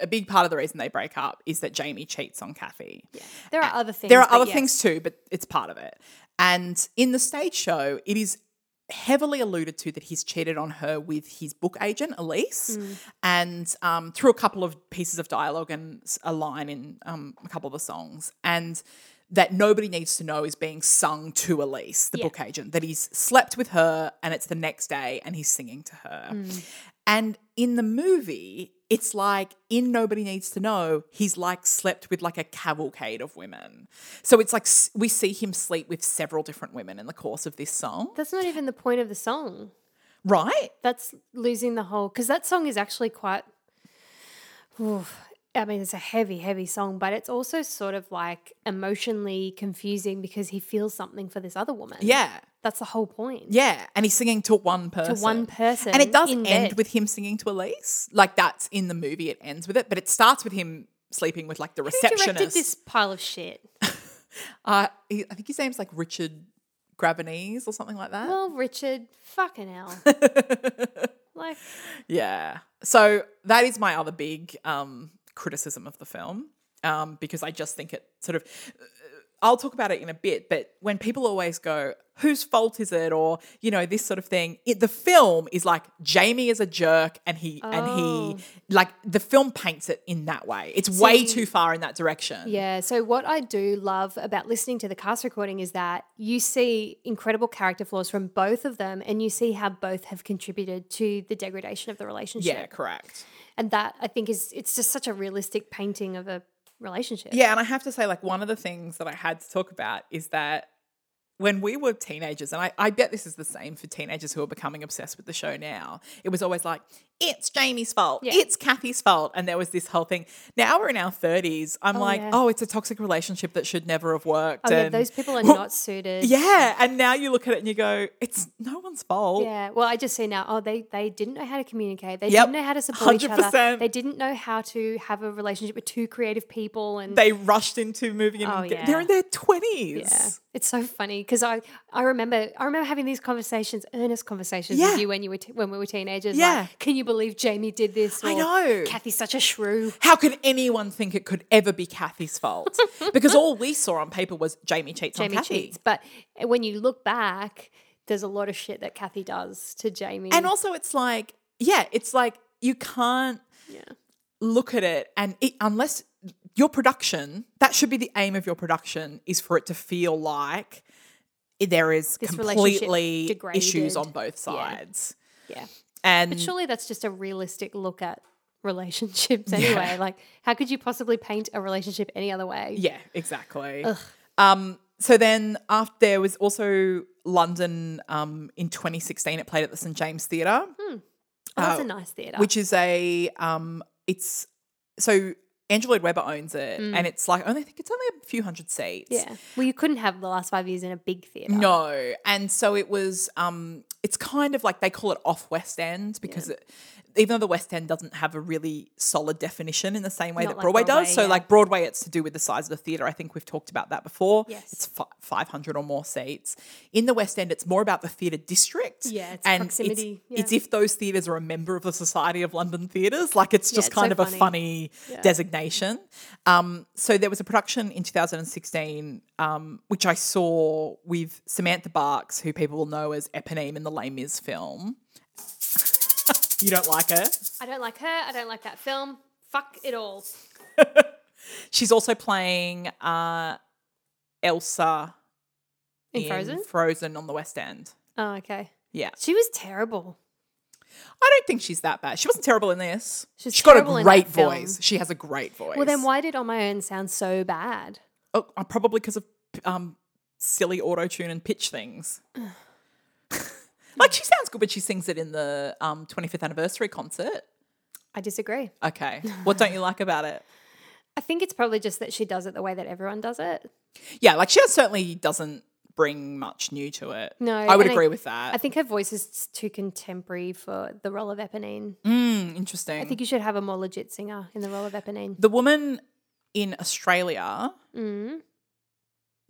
a big part of the reason they break up is that Jamie cheats on Kathy.
there are other things.
There are
but
other
yes.
things too, but it's part of it. And in the stage show, it is heavily alluded to that he's cheated on her with his book agent, Elise,
Hmm.
and um, through a couple of pieces of dialogue and s- a line in um, a couple of the songs. And that nobody needs to know is being sung to Elise, the book agent, that he's slept with her and it's the next day and he's singing to her.
Hmm.
And in the movie, it's like in Nobody Needs to Know, he's like slept with like a cavalcade of women. So it's like s- we see him sleep with several different women in the course of this song,
That's not even the point of the song.
right?
That's losing the whole because that song is actually quite. Oof. I mean, it's a heavy, heavy song, but it's also sort of like emotionally confusing because he feels something for this other woman.
Yeah.
That's the whole point.
Yeah. And he's singing to one person.
one person
And it does
in
end
bed.
with him singing to Elise. Like that's in the movie, it ends with it, but it starts with him sleeping with like the
Who
receptionist.
directed this pile of shit?
Uh, he, I think his name's like Richard Gravenese or something like that.
Well, Richard, fucking hell. like,
Yeah. So that is my other big um, criticism of the film um, because I just think it sort of. I'll talk about it in a bit, but when people always go, whose fault is it? Or, you know, this sort of thing, it, the film is like Jamie is a jerk and he, and he, like, the film paints it in that way. It's way
See-
too far in that direction.
yeah. So, what I do love about listening to the cast recording is that you see incredible character flaws from both of them, and you see how both have contributed to the degradation of the relationship.
Yeah, correct.
And that I think is it's just such a realistic painting of a relationship.
Yeah, and I have to say, like, one of the things that I had to talk about is that when we were teenagers, and I, I bet this is the same for teenagers who are becoming obsessed with the show now, it was always like, it's Jamie's fault,
Yeah.
it's Kathy's fault. And there was this whole thing. Now we're in our 30s, I'm like,
yeah.
oh, it's a toxic relationship that should never have worked.
Oh, yeah,
and-
those people are not suited.
Um, Yeah, and now you look at it and you go, it's no one's fault.
Yeah. Well, I just see now. Oh, they they didn't know how to communicate. They
Yep.
didn't know how to support each other.
100%.
They didn't know how to have a relationship with two creative people. And
They rushed into moving in.
Oh,
get- They're
yeah.
in their 20s.
yeah, it's so funny because I I remember I remember having these conversations, earnest conversations
Yeah.
with you when you were t- when we were teenagers.
Yeah.
Like, can you believe Jamie did this?
I
Or,
know.
Kathy's such a shrew.
How could anyone think it could ever be Kathy's fault? Because all we saw on paper was Jamie cheats
Jamie
on Oh, Kathy.
cheats. But when you look back, there's a lot of shit that Kathy does to Jamie.
And also, it's like, yeah, it's like you can't look at it and it, unless your production, that should be the aim of your production, is for it to feel like there is
This relationship
completely issues
degraded.
on both sides.
yeah.
And
Surely that's just a realistic look at relationships anyway. Like, how could you possibly paint a relationship any other way?
Yeah, exactly. Um, so then after there was also London um, in 2016, it played at the St. James Theatre,
Oh, that's a nice theatre.
which is a, um, it's, so Andrew Lloyd Webber owns it and it's like, only, I think it's only a few hundred seats.
Mm. yeah. Well, you couldn't have the last five years in a big theatre.
No. And so it was um it's kind of like they call it off West End because it, even though the West End doesn't have a really solid definition in the same way
Not
that
like
Broadway,
Broadway,
does. So,
yeah.
like Broadway, it's to do with the size of the theatre. I think we've talked about that before.
Yes.
It's fi- 500 or more seats. In the West End, it's more about the theatre district.
Yeah, it's
and
proximity,
It's,
yeah.
it's if those theatres are a member of the Society of London Theatres. Like, it's just
it's
kind
so
of a
funny.
funny designation. Um, so, there was a production in 2016 um, which I saw with Samantha Barks, who people will know as Eponine in the Les Mis film. You don't like her?
I don't like her. I don't like that film. Fuck it all.
She's also playing uh, Elsa
In Frozen?
Frozen on the West End.
Oh, okay.
Yeah,
She was terrible.
I don't think she's that bad. She wasn't terrible in this.
She's
She's got a
terrible in
great
that film.
voice. She has a great voice.
Well, then why did On My Own sound so bad?
Oh, uh, probably because of um, silly auto tune and pitch things. like she sounds good when she sings it in the um, 25th anniversary concert.
I disagree.
Okay, what don't you like about it?
I think it's probably just that she does it the way that everyone does it.
Yeah, like she certainly doesn't bring much new to it.
No,
I would
and I-
agree with that.
I think her voice is too contemporary for the role of Eponine.
Mm, interesting.
I think you should have a more legit singer in the role of Eponine.
the woman in Australia.
Mm.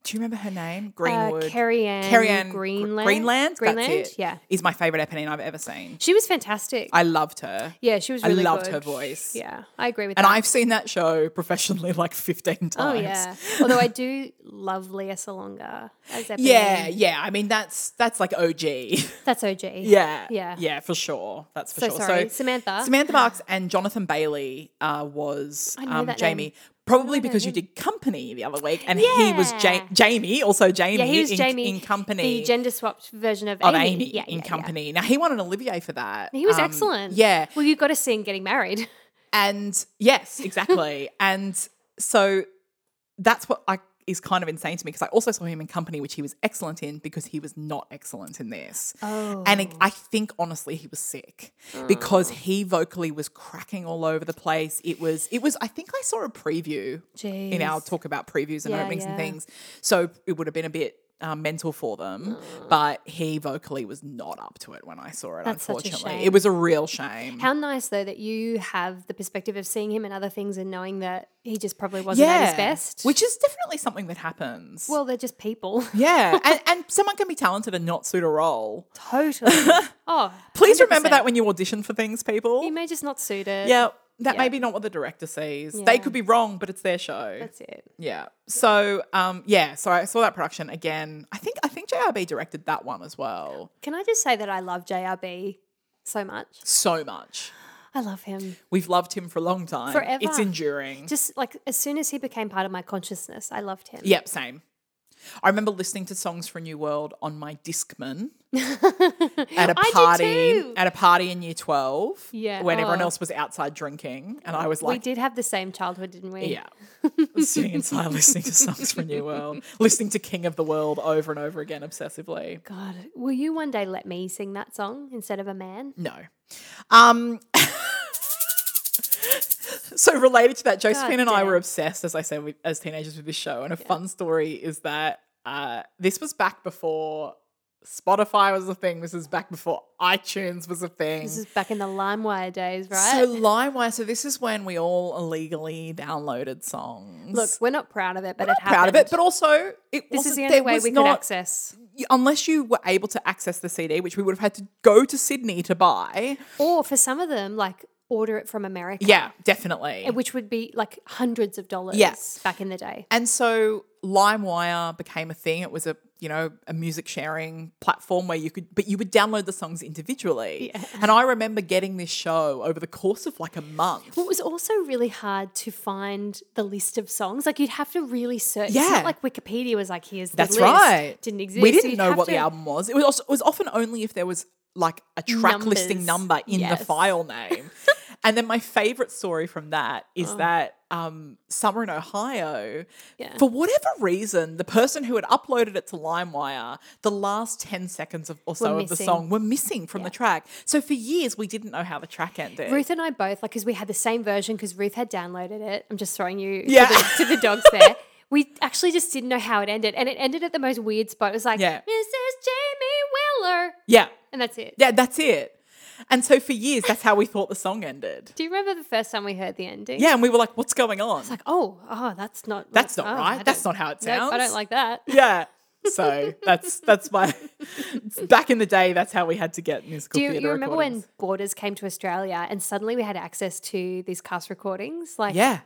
Do you remember her name?
Uh,
Greenwood.
Carrie Ann,
Carrie Ann Gr-
Greenland.
Greenland. That's
Greenland,
it.
yeah.
Is my favorite Eponine I've ever seen.
She was fantastic.
I loved her.
yeah, she was
I
really
loved
good.
her voice.
Yeah, I agree with
And
that.
I've seen that show professionally like 15 times.
Oh yeah. Although I do love Leah Salonga as Eponine.
Yeah, yeah. I mean that's that's like OG.
That's OG.
yeah.
Yeah.
Yeah, for sure. That's for
So
sure.
sorry, Samantha.
Samantha Marks and Jonathan Bailey uh, was
know
um,
that
Jamie.
name.
Probably because you did Company the other week, and he was ja-
Yeah.
Jamie, also Jamie,
Yeah, he was
in,
Jamie
in Company.
the gender swapped version of,
of Amy,
Amy. Yeah,
in
yeah, yeah.
Company. Now he won an Olivier for that.
He was
Um,
excellent.
Yeah,
Well, you got to see him getting married.
and yes, exactly. and so that's what I is kind of insane to me because I also saw him in Company, which he was excellent in because he was not excellent in this.
Oh. Mm.
And I- I think honestly he was sick because he vocally was cracking all over the place. It was it was I think I saw a preview in our
Jeez.
talk about previews and
Yeah,
openings and
yeah.
things. So it would have been a bit um, mental for them, but he vocally was not up to it when I saw it.
Mm. That's such a
unfortunately, it
shame.
was a real shame.
How nice though that you have the perspective of seeing him and other things and knowing that he just probably wasn't at his best.
Which is definitely something that happens.
well, they're just people.
yeah. and, and someone can be talented and not suit a role.
totally. Oh,
Please remember
100%.
that when you audition for things,
He
people.
may just not suit it.
Yeah. That may
Yeah.
be not what the director sees. They
Yeah.
could be wrong, but it's their show.
that's it.
yeah. So, um, yeah. So I saw that production again. I think I think JRB directed that one as well.
Can I just say that I love JRB so much?
So much.
I love him.
We've loved him for a long time.
Forever.
It's enduring.
Just like as soon as he became part of my consciousness, I loved him.
Yep, same. I remember listening to songs for a New World on my Discman at a
I do
party
too.
at a party in Year Twelve.
Yeah.
when everyone
Oh.
else was outside drinking, and I was
we
like,
did have the same childhood, didn't we?
yeah, sitting inside listening to songs for a New World, listening to King of the World over and over again obsessively.
God, will you one day let me sing that song instead of a man?
No. Um, so related to that, Josephine
God
and I
damn.
were obsessed, as I said, with, as teenagers with this show. And a fun story is that uh, this was back before Spotify was a thing. This is back before iTunes was a thing.
This is back in the LimeWire days,
so
right?
LimeWire. So this is when we all illegally downloaded songs.
Look, we're not proud of it, but it
I'm proud
happened.
of it, but also it
this
wasn't,
is the
there
only way
was
we
not,
could access.
unless you were able to access the CD, which we would have had to go to Sydney to buy.
Or for some of them, like order it from America.
Yeah, definitely.
Which would be like hundreds of dollars
Yeah.
back in the day.
And so LimeWire became a thing. It was a you know a music sharing platform where you could, but you would download the songs individually. And I remember getting this show over the course of like a month.
It was also really hard to find the list of songs. Like you'd have to really search. It's
Yeah.
not like Wikipedia was like, here's the
That's
list.
right.
Didn't exist.
We
So
didn't
you'd
know
have
what the
to-
album was. It was also, it was often only if there was like a track listing
Numbers.
number in the
Yes.
file name. and then my favorite story from that is that um, somewhere in
Oh.
Ohio,
Yeah.
for whatever reason, the person who had uploaded it to LimeWire, the last ten seconds of, or so of the
missing.
song were missing from the track. So for years we didn't know how the track ended.
Ruth and I both, like, because we had the same version because Ruth had downloaded it. I'm just throwing you
Yeah.
to, the, to the dogs there. We actually just didn't know how it ended. And it ended at the most weird spot. It was like,
Yeah.
Mrs. Jamie Wheeler.
yeah,
And that's it.
yeah, that's it. And so for years, that's how we thought the song ended.
Do you remember the first time we heard the ending?
Yeah, and we were like, what's going on?
It's like, oh, oh, that's not.
That's not
oh, I
right. That's
don't-
not how it sounds.
Nope, I don't like that.
Yeah. So that's that's my back in the day, that's how we had to get musical
Do you,
theatre
you remember
recordings.
when Borders came to Australia and suddenly we had access to these cast recordings? Like,
Yeah.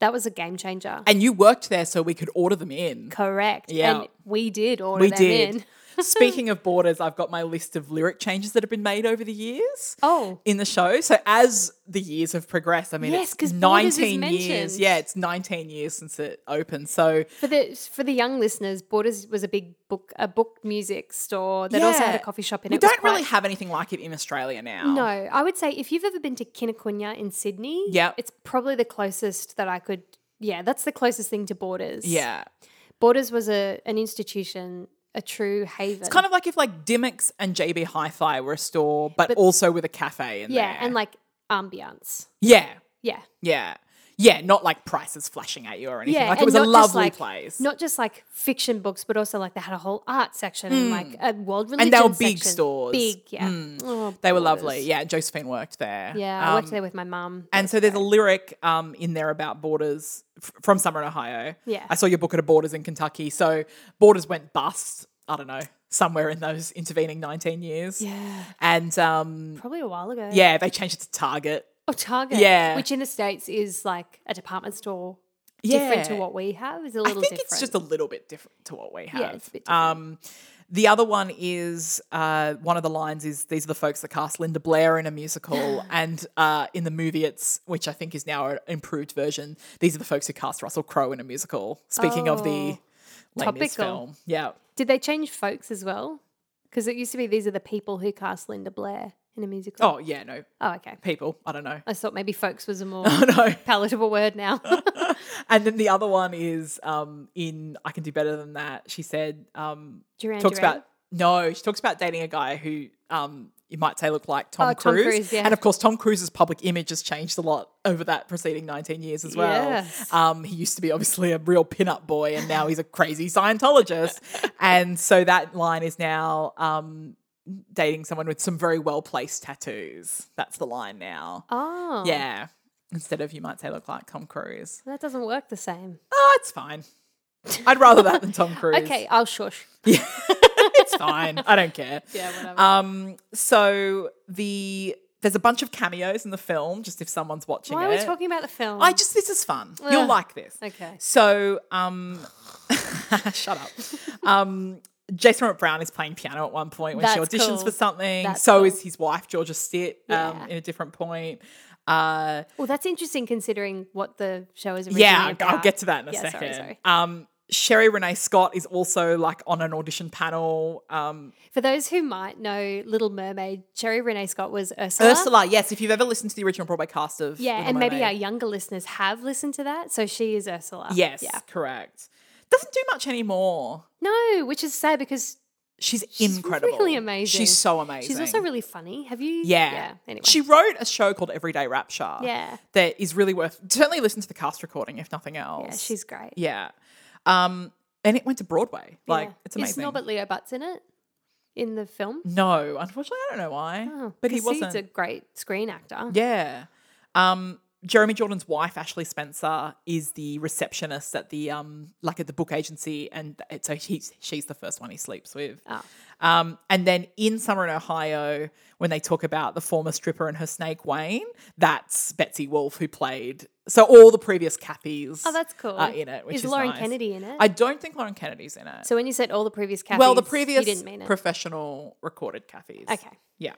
that was a game changer.
And you worked there so we could order them in.
Correct.
Yeah.
And we did order
We
them
did.
in.
Speaking of borders, I've got my list of lyric changes that have been made over the years.
Oh,
in the show. So as the years have progressed, I mean,
Yes,
it's
'cause Borders is
19 years.
mentioned.
Yeah, it's 19 years since it opened. So
for the for the young listeners, Borders was a big book a book music store that also had a
Yeah.
coffee shop in it.
we
It was
don't really
quite-
have anything like it in Australia now.
No, I would say if you've ever been to Kinnicunya in Sydney,
Yep.
it's probably the closest that I could. Yeah, that's the closest thing to Borders.
Yeah.
Borders was a an institution, a true haven.
It's kind of like if like Dimmicks and JB Hi-Fi were a store, but, also with a cafe in
yeah,
there.
and like ambiance.
yeah,
Yeah,
yeah, yeah. Not like prices flashing at you or anything.
yeah.
like it
and
was a
not just,
lovely
like-
place.
Not just like fiction books, but also like they had a whole art section and like a world religion
Hmm. And they were big
section.
stores. Hmm.
Big, yeah. Oh,
they were
Borders.
lovely. Yeah, Josephine worked there. Um,
Yeah, I worked there with my mum.
And so there's a lyric um, in there about borders f- from somewhere in Ohio.
Yeah.
I saw your book at a Borders in Kentucky. So borders went bust, I don't know, somewhere in those intervening 19 years.
Yeah,
And um,
probably a while ago.
yeah, they changed it to Target.
Oh, Target.
Yeah.
Which in the States is like a department store
Yeah.
different to what we have. It's a
I
little
think
different.
it's just a little bit different to what we have.
it's a bit different.
Um, the other one is uh, one of the lines is these are the folks that cast Linda Blair in a musical, and uh, in the movie it's which I think is now an improved version. These are the folks who cast Russell Crowe in a musical. Speaking of the
Oh,
latest
topical.
film, yeah,
Did they change folks as well? Because it used to be these are the people who cast Linda Blair in a musical.
oh yeah, no
Oh, okay.
people, I don't know,
I thought maybe folks was a more
I don't know.
palatable word now.
And then the other one is um, in I can do better than that. She said um,
Duran
talks
Duran?
about no, she talks about dating a guy who um, you might say looked like Tom
Oh, Tom
Cruise,
Cruise, yeah.
and of course Tom Cruise's public image has changed a lot over that preceding nineteen years as well.
Yes.
Um, he used to be obviously a real pin-up boy, and now he's a crazy Scientologist, and so that line is now. Um, Dating someone with some very well placed tattoos. That's the line now.
Oh.
Yeah. Instead of you might say look like Tom Cruise.
That doesn't work the same.
Oh, it's fine. I'd rather that than Tom Cruise.
Okay, I'll shush.
it's fine. I don't care.
Yeah, whatever.
Um, so the there's a bunch of cameos in the film. Just if someone's watching
Why
it,
are we talking about the film?
I just this is fun. You'll
Ugh.
like this.
Okay.
So, um, shut up. Um, Jason Robert Brown is playing piano at one point when she
That's
auditions
cool.
for something.
That's
so
cool.
is his wife Georgia Stitt um,
Yeah.
in a different point. Uh,
Well, that's interesting considering what the show is originally
Yeah, I'll-
about.
I'll get to that in a
Yeah,
second.
sorry, sorry.
Um, Sherry Renee Scott is also like on an audition panel. Um,
For those who might know Little Mermaid, Cherry Renee Scott was Ursula.
Ursula, yes, if you've ever listened to the original Broadway cast of
Yeah,
Little
and maybe our
Mermaid.
younger listeners have listened to that. So she is Ursula.
yes,
Yeah.
correct. Doesn't do much anymore.
No, which is sad because
She's,
She's
incredible.
really amazing.
She's so amazing.
she's also really funny. Have you?
yeah.
Yeah. Anyway.
She wrote a show called Everyday Rapture.
Yeah.
That is really worth certainly listen to the cast recording if nothing else.
yeah, she's great.
yeah. Um, and it went to Broadway. Like
Yeah.
it's amazing.
Is Norbert Leo Butts in it? In the film?
no, unfortunately, I don't know why.
Oh,
but he
'cause
wasn't.
He's a great screen actor.
Yeah. Um, Jeremy Jordan's wife, Ashley Spencer, is the receptionist at the um, like at the book agency, and th- so she's she's the first one he sleeps with.
Oh.
Um, and then in Summer in Ohio, when they talk about the former stripper and her snake Wayne, that's Betsy Wolf who played. So all the previous Kathy's.
Oh, that's cool.
Are in it, which is,
Lauren
nice.
Kennedy in it?
I don't think Lauren Kennedy's in it.
so when you said all the previous Cathys,
well, the
you
previous
didn't mean it.
professional recorded Kathy's.
okay.
Yeah.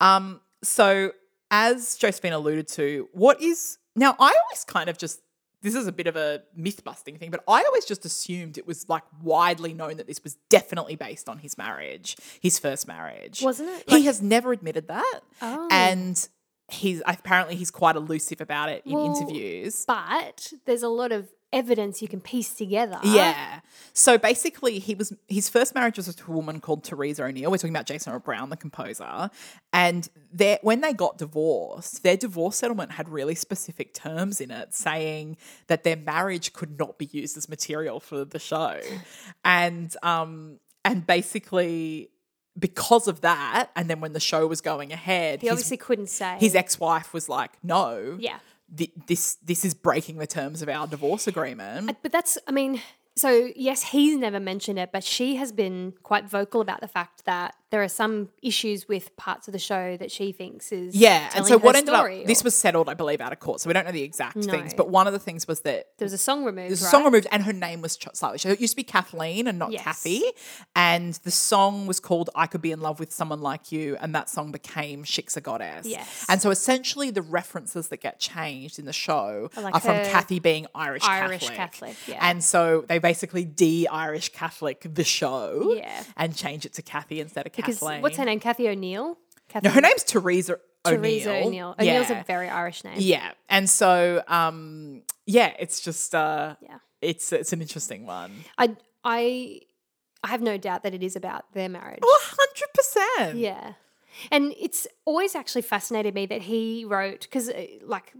Um, so as Josephine alluded to, what is now I always kind of just this is a bit of a myth busting thing, but I always just assumed it was like widely known that this was definitely based on his marriage, his first marriage.
Wasn't it?
he
Like-
has never admitted that.
Oh.
And he's apparently he's quite elusive about it in
Well,
interviews.
But there's a lot of evidence you can piece together.
Yeah. So basically, he was his first marriage was to a woman called Theresa O'Neill. We're talking about Jason Earl Brown, the composer. And their, when they got divorced, their divorce settlement had really specific terms in it, saying that their marriage could not be used as material for the show, and um, and basically because of that, and then when the show was going ahead,
He
his-
obviously couldn't say.
his ex-wife was like, "No,
Yeah.
thi- this this is breaking the terms of our divorce agreement."
But that's, I mean, so yes, he's never mentioned it, but she has been quite vocal about the fact that there are some issues with parts of the show that she thinks is
yeah, and
telling
so
her
what ended
story,
up? This
or-
was settled, I believe, out of court, so we don't know the exact things.
No.
But one of the things was that
there was a song removed.
the
right?
song removed, and her name was ch- slightly. So it used to be Kathleen and not
Yes.
Kathy, and the song was called "I Could Be in Love with Someone Like You," and that song became "Shik's a Goddess."
Yes.
and so essentially the references that get changed in the show
Like
are from
her
Kathy being Irish,
Irish
Catholic.
Catholic, yeah.
and so they basically de-Irish Catholic the show,
Yeah.
and change it to Kathy instead of
Because
Kathleen.
what's her name? Kathy O'Neill. Kathy
No, her name's Teresa. O'Neill.
Teresa O'Neill. O'Neill's
Yeah.
a very Irish name.
Yeah. And so um yeah, it's just uh
Yeah.
it's it's an interesting one.
I I I have no doubt that it is about their marriage.
hundred percent.
Yeah. And it's always actually fascinated me that he wrote cuz like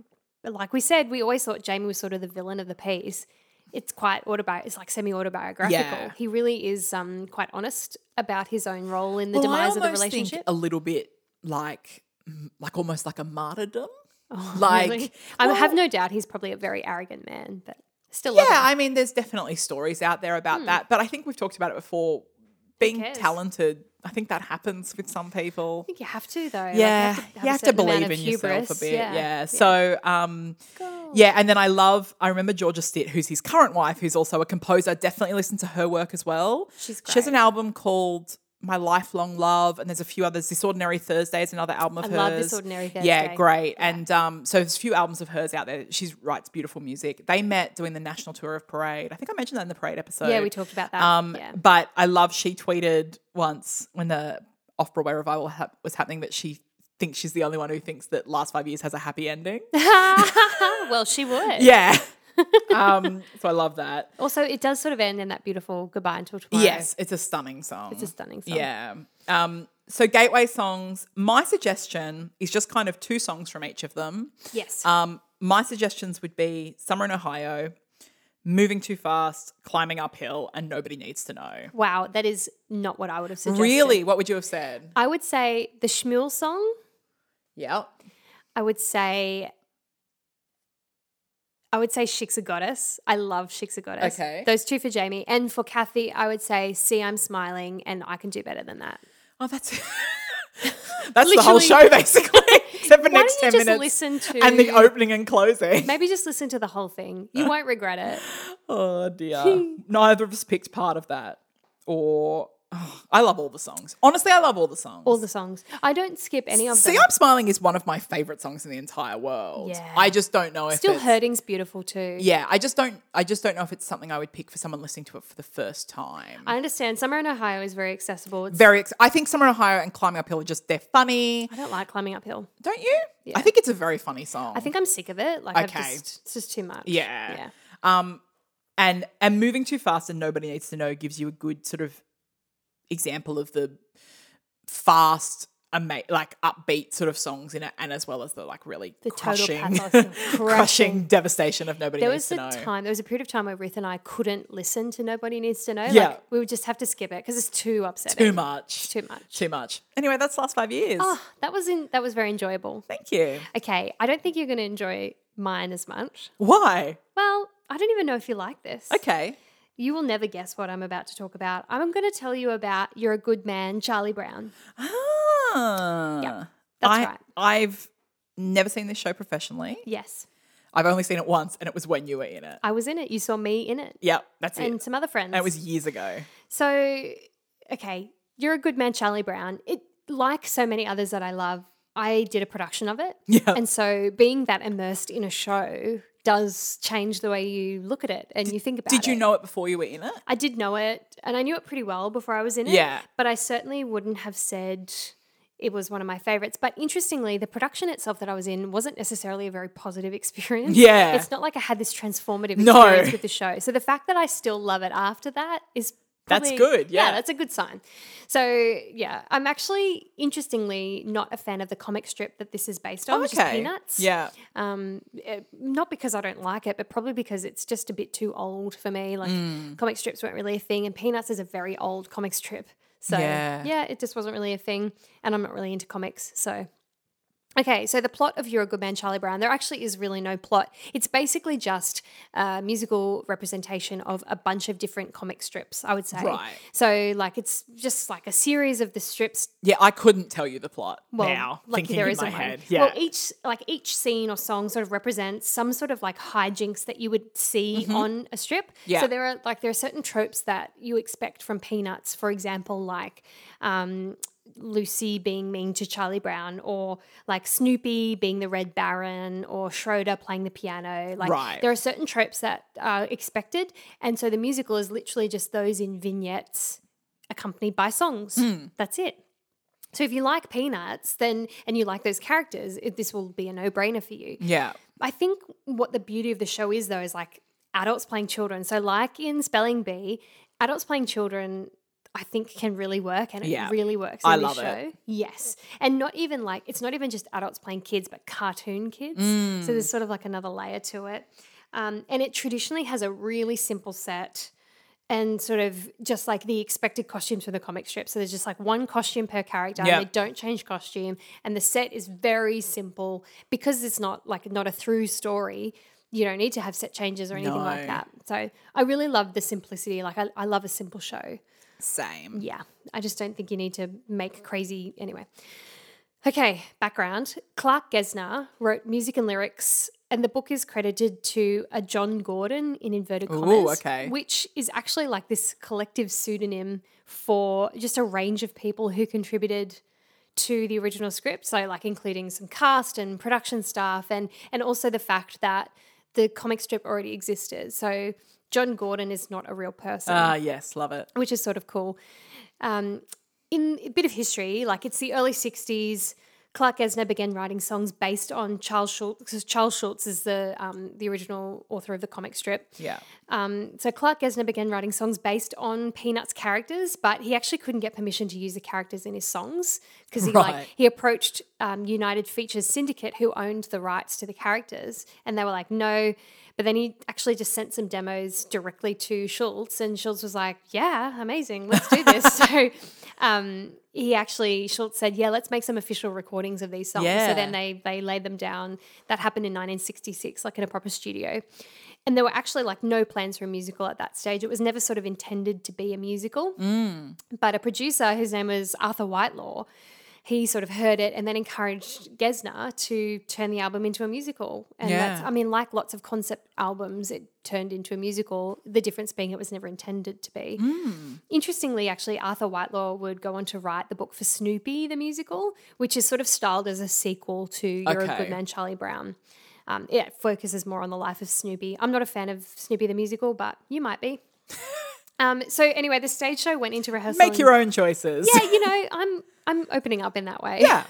like we said we always thought Jamie was sort of the villain of the piece. It's quite autobi it's like semi-autobiographical.
Yeah.
He really is um quite honest about his own role in the
Well, I
demise of the
almost think
relationship.
a little bit like mm, like almost like a martyrdom.
Oh,
like
Really. I have
well-
no doubt he's probably a very arrogant man, but still
Yeah,
love him.
I mean there's definitely stories out there about that, but I think we've talked about it before. Being
Hmm. cares?
talented, I think that happens with some people.
I think you have to though. Like,
Yeah,
a
you have to
certain amount
believe in
of
yourself a
hubris.
bit. Yeah. So, um,
Go.
yeah, and then I love. I remember Georgia Stitt, who's his current wife, who's also a composer. Definitely listen to her work as well.
She's
She has an
great.
album called My Lifelong Love, and there's a few others. This Ordinary Thursday is another album of
I
hers.
love This Ordinary
Yeah,
Thursday.
great. And um, so there's a few albums of hers out there. She writes beautiful music. They met doing the national tour of Parade. I think I mentioned that in the Parade episode.
Yeah, we talked about that.
Um,
yeah.
But I love she tweeted once when the off Broadway revival hap was happening that she thinks she's the only one who thinks that Last Five Years has a happy ending.
well, she would.
yeah. um, so I love that.
Also, it does sort of end in that beautiful goodbye until tomorrow.
Yes, it's a stunning song.
It's a stunning song.
Yeah. Um, so gateway songs. My suggestion is just kind of two songs from each of them.
Yes.
Um, my suggestions would be "Summer in Ohio," "Moving Too Fast," "Climbing Uphill," and "Nobody Needs to Know."
wow, that is not what I would have suggested.
Really, what would you have said?
I would say the Schmuel song.
Yeah.
I would say. I would say Shik's a Goddess. I love Shik's a Goddess.
Okay.
Those two for Jamie. And for Kathy, I would say See I'm Smiling and I Can Do Better Than That.
Oh, that's that's the whole
Literally.
show basically, except for
Why
next
don't you
ten
just
minutes
listen to
and the opening and closing.
Maybe just listen to the whole thing.
Uh.
You won't regret it.
Oh dear. Neither of us picked part of that. Or oh, I love all the songs. Honestly, I love all the songs.
All the songs. I don't skip any of them.
See, I'm smiling is one of my favorite songs in the entire world.
Yeah.
I just don't know if
Still
it's,
Hurting's beautiful too.
Yeah, I just don't. I just don't know if it's something I would pick for someone listening to it for the first time.
I understand. Summer in Ohio is very accessible. It's,
Very. Ex- I think "Summer in Ohio" and "Climbing Uphill" are just they're funny,
I don't like climbing uphill.
don't you? I think it's a very funny song.
I think I'm sick of it. Like, I've
Okay.
just, it's just too much.
Yeah.
yeah.
and and moving too fast and nobody needs to know gives you a good sort of example of the fast ama- like upbeat sort of songs in it and as well as the like really
The total
crushing,
pathos and
crushing
crushing.
devastation of nobody
There
needs
was
to
a
know
time, there was a period of time where Ruth and I couldn't listen to Nobody Needs to Know.
Yeah.
Like, we would just have to skip it because it's too upsetting.
too much
Too much.
too much anyway that's last five years
Oh, that was in, that was very enjoyable.
thank you
Okay. I don't think you're going to enjoy mine as much.
why
Well, I don't even know if you like this.
okay
You will never guess what I'm about to talk about. I'm going to tell you about You're a Good Man, Charlie Brown.
ah
that's
I,
right.
i've never seen this show professionally
Yes.
i've only seen it once and it was when you were in it
I was in it. You saw me in it.
yep that's it
And some other friends.
and it was years ago
So, okay, you're a good man, Charlie Brown. It like so many others that I love. I did a production of it,
Yeah.
and so being that immersed in a show does change the way you look at it and you think about it.
Did you know it before you were in it?
I did know it, and I knew it pretty well before I was in it.
Yeah.
but I certainly wouldn't have said. It was one of my favorites. But interestingly, the production itself that I was in wasn't necessarily a very positive experience.
Yeah.
It's not like I had this transformative
No.
experience with the show. So the fact that I still love it after that is
That's
probably-
good, yeah.
that's a good sign. So yeah, I'm actually interestingly not a fan of the comic strip that this is based on, which is Peanuts.
Yeah.
Um, eh, not because I don't like it, but probably because it's
Mm.
just a bit too old for me. Like comic strips weren't really a thing, and Peanuts is a very old comic strip. So
Yeah.
yeah, it just wasn't really a thing, and I'm not really into comics, so. Okay, so the plot of You're a Good Man, Charlie Brown, there actually is really no plot. It's basically just a musical representation of a bunch of different comic strips, I would say.
Right.
So, like, it's just like a series of the strips
Yeah, I couldn't tell you the plot
well,
now.
lucky
thinking
there
in
isn't
my
one.
head. Yeah.
Well, e- each like each scene or song sort of represents some sort of like hijinks that you would see on a strip.
Mm-hmm. Yeah.
So there are like there are certain tropes that you expect from Peanuts, for example, like um, Lucy being mean to Charlie Brown, or like Snoopy being the Red Baron, or Schroeder playing the piano. Like
Right.
there are certain tropes that are expected, and so the musical is literally just those in vignettes accompanied by songs. That's it. So if you like peanuts, then and you like those characters, it, this will be a no-brainer for you.
yeah.
I think what the beauty of the show is though is like adults playing children. So like in Spelling Bee, adults playing children I think can really work and it
Yeah.
really works in
I
this
love it.
show. Yes. And not even like it's not even just adults playing kids but cartoon kids. So
Mm.
there's sort of like another layer to it. Um, and it traditionally has a really simple set and sort of just like the expected costumes from the comic strip. So there's just like one costume per character.
Yeah.
And they don't change costume, and the set is very simple because it's not like not a through story. You don't need to have set changes or anything
No.
like that. So I really love the simplicity. Like I, I love a simple show.
Same.
Yeah, I just don't think you need to make crazy anyway. Okay, background. Clark Gesner wrote music and lyrics, and the book is credited to a John Gordon in inverted commas,
okay.
which is actually like this collective pseudonym for just a range of people who contributed to the original script. So, like including some cast and production staff, and and also the fact that the comic strip already existed. So. John Gordon is not a real person
Ah, yes, love it.
which is sort of cool. Um, in a bit of history, like it's the early 60s, Clark Gesner began writing songs based on Charles Schultz. 'cause Charles Schultz is the, um, the original author of the comic strip.
Yeah.
Um, so Clark Gesner began writing songs based on Peanuts characters, but he actually couldn't get permission to use the characters in his songs because he
Right.
like he approached um, United Features Syndicate, who owned the rights to the characters, and they were like, no. But then he actually just sent some demos directly to Schultz, and Schultz was like, yeah, amazing, let's do this. so um, he actually Schultz said, yeah, let's make some official recordings of these songs.
Yeah.
So then they they laid them down. That happened in 1966, like in a proper studio. And there were actually like no plans for a musical at that stage. It was never sort of intended to be a musical.
Mm.
But a producer whose name was Arthur Whitelaw, he sort of heard it and then encouraged Gesner to turn the album into a musical. And that's,
Yeah.
I mean, like lots of concept albums, it turned into a musical. The difference being it was never intended to
Mm.
be. Interestingly, actually, Arthur Whitelaw would go on to write the book for Snoopy, the musical, which is sort of styled as a sequel to You're a
Okay.
Good Man, Charlie Brown. Um, yeah, it focuses more on the life of Snoopy. I'm not a fan of Snoopy the musical, but you might be. um, so anyway, the stage show went into rehearsal.
Make your
and-
own choices.
Yeah, you know, I'm I'm opening up in that way.
Yeah.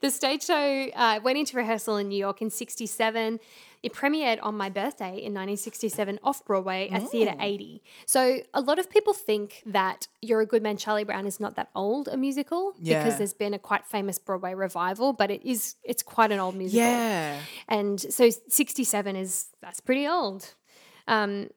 The stage show uh, went into rehearsal in New York in '67. It premiered on my birthday in 1967 off Broadway
Mm.
at Theatre 80. So a lot of people think that You're a Good Man, Charlie Brown is not that old a musical
Yeah.
because there's been a quite famous Broadway revival, but it is it's quite an old musical.
Yeah.
And so 67 is that's pretty old. Um,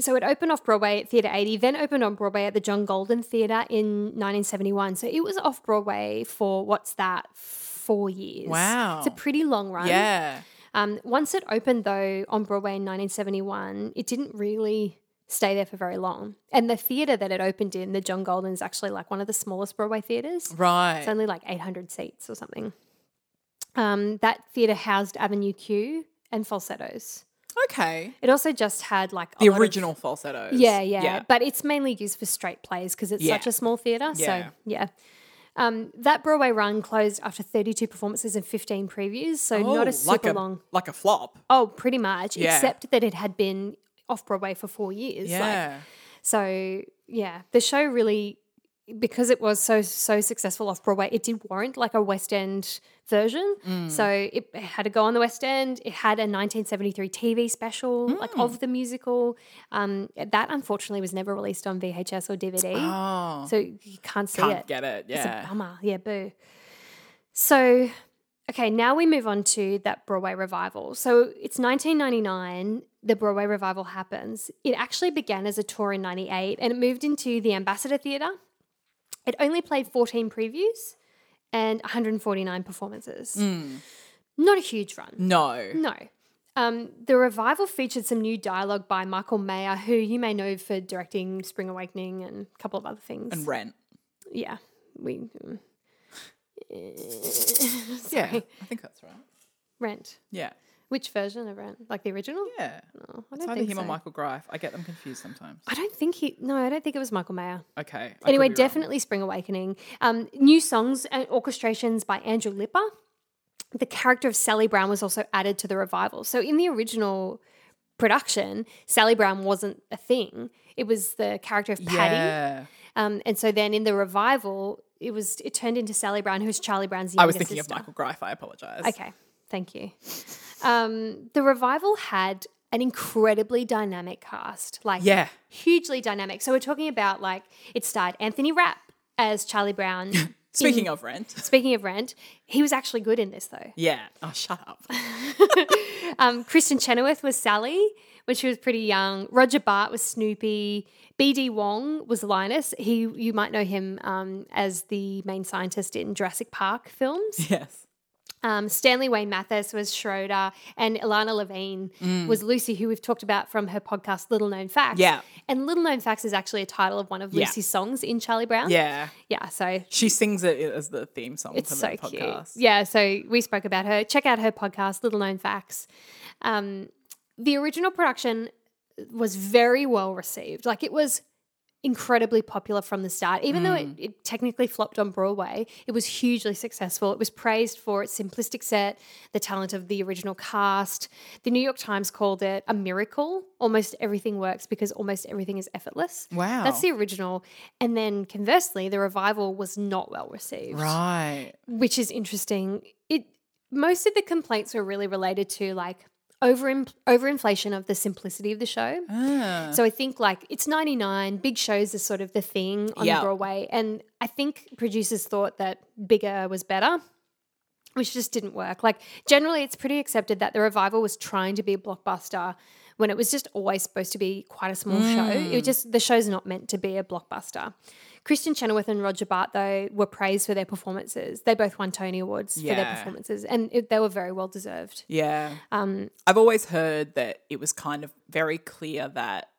so it opened off Broadway at Theatre 80, then opened on Broadway at the John Golden Theatre in 1971. So it was off Broadway for what's that, four years.
Wow.
It's a pretty long run.
Yeah.
Um, once it opened, though, on Broadway in 1971, it didn't really stay there for very long. And the theatre that it opened in, the John Golden, is actually like one of the smallest Broadway theatres.
Right.
It's only like 800 seats or something. Um, that theatre housed Avenue Q and falsettos.
okay.
It also just had like a
The
lot of-
original falsettos.
yeah, yeah, But it's mainly used for straight plays because it's
Yeah.
such a small theatre.
Yeah.
So, yeah. Um, that Broadway run closed after 32 performances and 15 previews. So, not
Oh,
a super
like a,
long.
Like a flop.
Oh, pretty much.
Yeah.
Except that it had been off Broadway for four years. Like,
Yeah.
so yeah, the show really because it was so so successful off Broadway, it did warrant like a West End version.
Mm.
So it, it had to go on the West End. It had a 1973 TV special like
Mm.
of the musical. Um, that unfortunately was never released on VHS or DVD.
oh.
So you can't see
can't
it.
get it.
It's a
Yeah.
bummer. Yeah, boo. So, okay, now we move on to that Broadway revival. So it's 1999, the Broadway revival happens. It actually began as a tour in 98 and it moved into the Ambassador Theatre. It only played 14 previews and 149 performances.
Hmm.
Not a huge run.
No.
No. Um, the revival featured some new dialogue by Michael Mayer, who you may know for directing Spring Awakening and a couple of other things.
And rent.
yeah, we mm.
Yeah. I think that's right.
Rent.
Yeah.
Which version of Rent? Like the original?
Yeah.
No, Oh, I
It's
don't
either
think
him
so.
or Michael Greif. I get them confused sometimes.
I don't think he. No, I don't think it was Michael Mayer.
Okay. I could
anyway,
be wrong.
definitely Spring Awakening. Um, new songs and orchestrations by Andrew Lipper. The character of Sally Brown was also added to the revival. So in the original production, Sally Brown wasn't a thing. It was the character of Patty.
Yeah.
Um, and so then in the revival, it was it turned into Sally Brown, who's Charlie Brown's younger
I was thinking
sister.
of Michael Greif. I apologize.
Okay, thank you. Um, the revival had an incredibly dynamic cast. Like
Yeah.
hugely dynamic. So we're talking about like it starred Anthony Rapp as Charlie Brown.
Speaking of rent.
Speaking of Rent, he was actually good in this though.
Yeah. Oh, shut up.
Um, Kristen Chenoweth was Sally when she was pretty young. Roger Bart was Snoopy. B.D. Wong was Linus. He you might know him um, as the main scientist in Jurassic Park films.
yes.
Um, Stanley Wayne Mathis was Schroeder, and Ilana Levine was Lucy, who we've talked about from her podcast Little Known Facts.
Mm. Yeah.
and Little Known Facts is actually a title of one of
Yeah.
Lucy's songs in Charlie Brown.
Yeah.
yeah. So
She sings it as the theme song
it's
for
so
the
cute.
podcast.
Yeah, so we spoke about her. Check out her podcast, Little Known Facts. Um, the original production was very well received. Like it was incredibly popular from the start. Even though it, it technically flopped on Broadway, it was hugely successful. It was praised for its simplistic set, the talent of the original cast. The New York Times called it a miracle. Almost everything works because almost everything is effortless.
Wow.
That's the original. And then conversely, the revival was not well received
Right.
which is interesting. It most of the complaints were really related to like over overinflation of the simplicity of the show.
Ah.
So I think like it's 99, big shows is sort of the thing on
Yeah.
Broadway and I think producers thought that bigger was better. Which just didn't work. Like, generally, it's pretty accepted that the revival was trying to be a blockbuster when it was just always supposed to be quite a small show.
Mm.
It was just, the show's not meant to be a blockbuster. Christian Chenoweth and Roger Bart, though, were praised for their performances. They both won Tony Awards for their
Yeah.
performances, and it, they were very well deserved.
Yeah.
Um,
I've always heard that it was kind of very clear that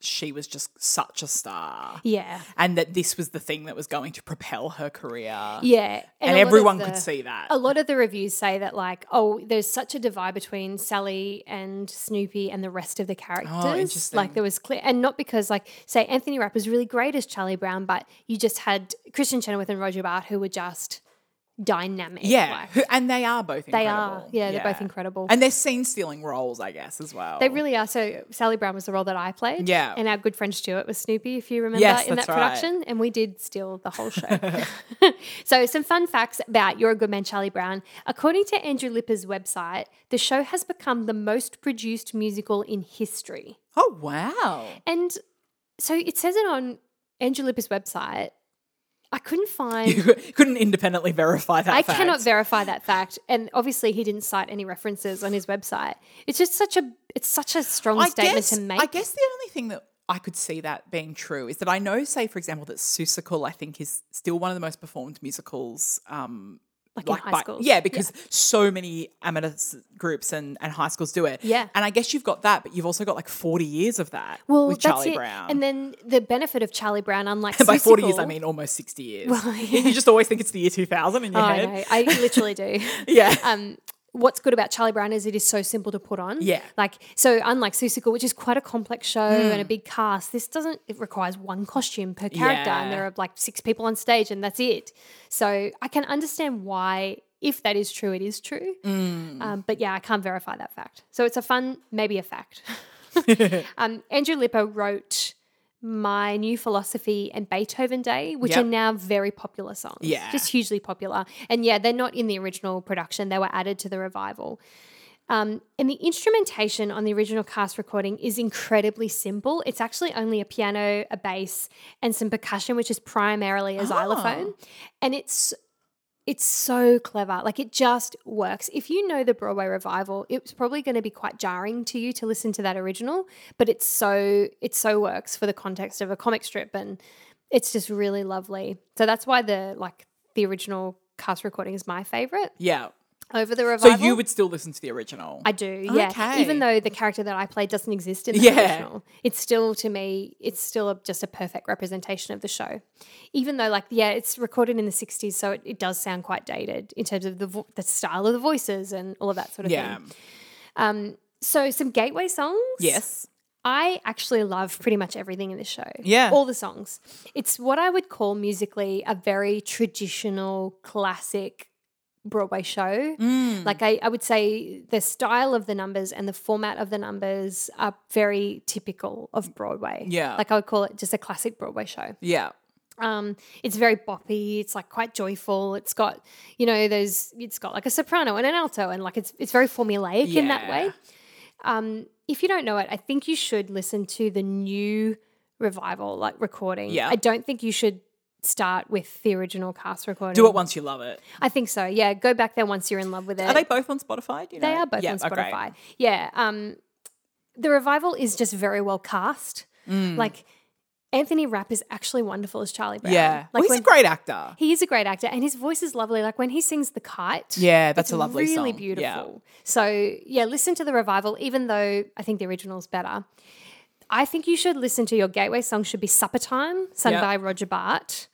she was just such a star
yeah.
and that this was the thing that was going to propel her career.
Yeah.
And,
a lot of
everyone could
the- Oh,
see that.
A lot of the reviews say that, like, oh, there's such a divide between Sally and Snoopy and the rest of the characters. Like,
Oh, interesting.
there was clear, and not because, like, say, Anthony Rapp was really great as Charlie Brown, but you just had Christian Chenoweth and Roger Bart who were just dynamic.
yeah.
like,
Who, and they are both
they
incredible.
are. Yeah, they're both incredible.
And they're scene stealing roles, I guess, as well.
they really are. So Sally Brown was the role that I played.
Yeah.
And our good friend Stuart was Snoopy, if you remember,
Yes,
in that
that's right.
production. And we did steal the whole show. so some fun facts about You're a Good Man, Charlie Brown. According to Andrew Lipper's website, the show has become the most produced musical in history.
Oh, wow.
And so it says it on Andrew Lipper's website. I couldn't find
You couldn't independently verify that.
I
fact.
cannot verify that fact, and obviously he didn't cite any references on his website. It's just such a it's such a strong statement
guess,
to make.
I guess the only thing that I could see that being true is that I know, say, for example, that Seussical, I think, is still one of the most performed musicals. Um,
like, in high
by-
school.
yeah, because so many amateur s- groups and, and high schools do it.
Yeah.
and I guess you've got that, but you've also got like forty years of that
well,
with
that's
Charlie
it.
Brown.
And then the benefit of Charlie Brown, unlike
And by forty years,
Seussical-
I mean almost sixty years.
Well, yeah.
You just always think it's the year two thousand in your
Oh, I
head.
know. I literally do.
Yeah,
Um, what's good about Charlie Brown is it is so simple to put on.
Yeah. Hmm.
Like so, unlike Seussical, which is quite a complex show and a big cast, this doesn't. It requires one costume per character, and
Yeah.
there are like six people on stage, and that's it. So I can understand why, if that is true, it is true.
Hmm.
Um, but yeah, I can't verify that fact. So it's a fun, maybe a fact. um, Andrew Lipper wrote. My New Philosophy and Beethoven Day, which
Yep.
are now very popular songs.
Yeah.
Just hugely popular. And yeah, they're not in the original production, they were added to the revival. Um, and the instrumentation on the original cast recording is incredibly simple. It's actually only a piano, a bass, and some percussion, which is primarily a xylophone. And it's it's so clever. Like it just works. If you know the Broadway revival, it's probably going to be quite jarring to you to listen to that original, but it's so it so works for the context of a comic strip and It's just really lovely. So that's why the like the original cast recording is my favorite
Yeah.
over the
So
revival.
you would still listen to the original.
I do, yeah.
Okay.
Even though the character that I played doesn't exist in the
Yeah.
original, it's still to me, it's still a, just a perfect representation of the show. Even though, like, yeah, it's recorded in the '60s, so it, it does sound quite dated in terms of the vo- the style of the voices and all of that sort of
yeah.
thing. Um, so some gateway songs.
Yes.
I actually love pretty much everything in the show.
Yeah.
All the songs. It's what I would call musically a very traditional, classic Broadway show.
Mm.
Like I, I would say the style of the numbers and the format of the numbers are very typical of Broadway.
Yeah.
Like I would call it just a classic Broadway show.
yeah.
Um, it's very boppy, it's like quite joyful. It's got, you know, those it's got like a soprano and an alto and like it's it's very formulaic in that way.
Yeah.
Um, if you don't know it, I think you should listen to the new revival, like recording.
Yeah.
I don't think you should start with the original cast recording.
Do it once you love it.
I think so. Yeah. Go back there once you're in love with it.
Are they both on Spotify? Do you
They
know?
are both
Yeah,
on
okay.
Spotify. Yeah. Um, the revival is just very well cast.
Mm.
Like Anthony Rapp is actually wonderful as Charlie Brown.
Yeah.
Like
well, he's
when,
a great actor.
he is a great actor and his voice is lovely. Like when he sings the kite.
Yeah, that's
It's
a lovely
really
song. Yeah.
beautiful. So yeah, listen to the revival, even though I think the original's better. I think you should listen to your gateway song should be Supper Time, sung
Yep.
by Roger Bart.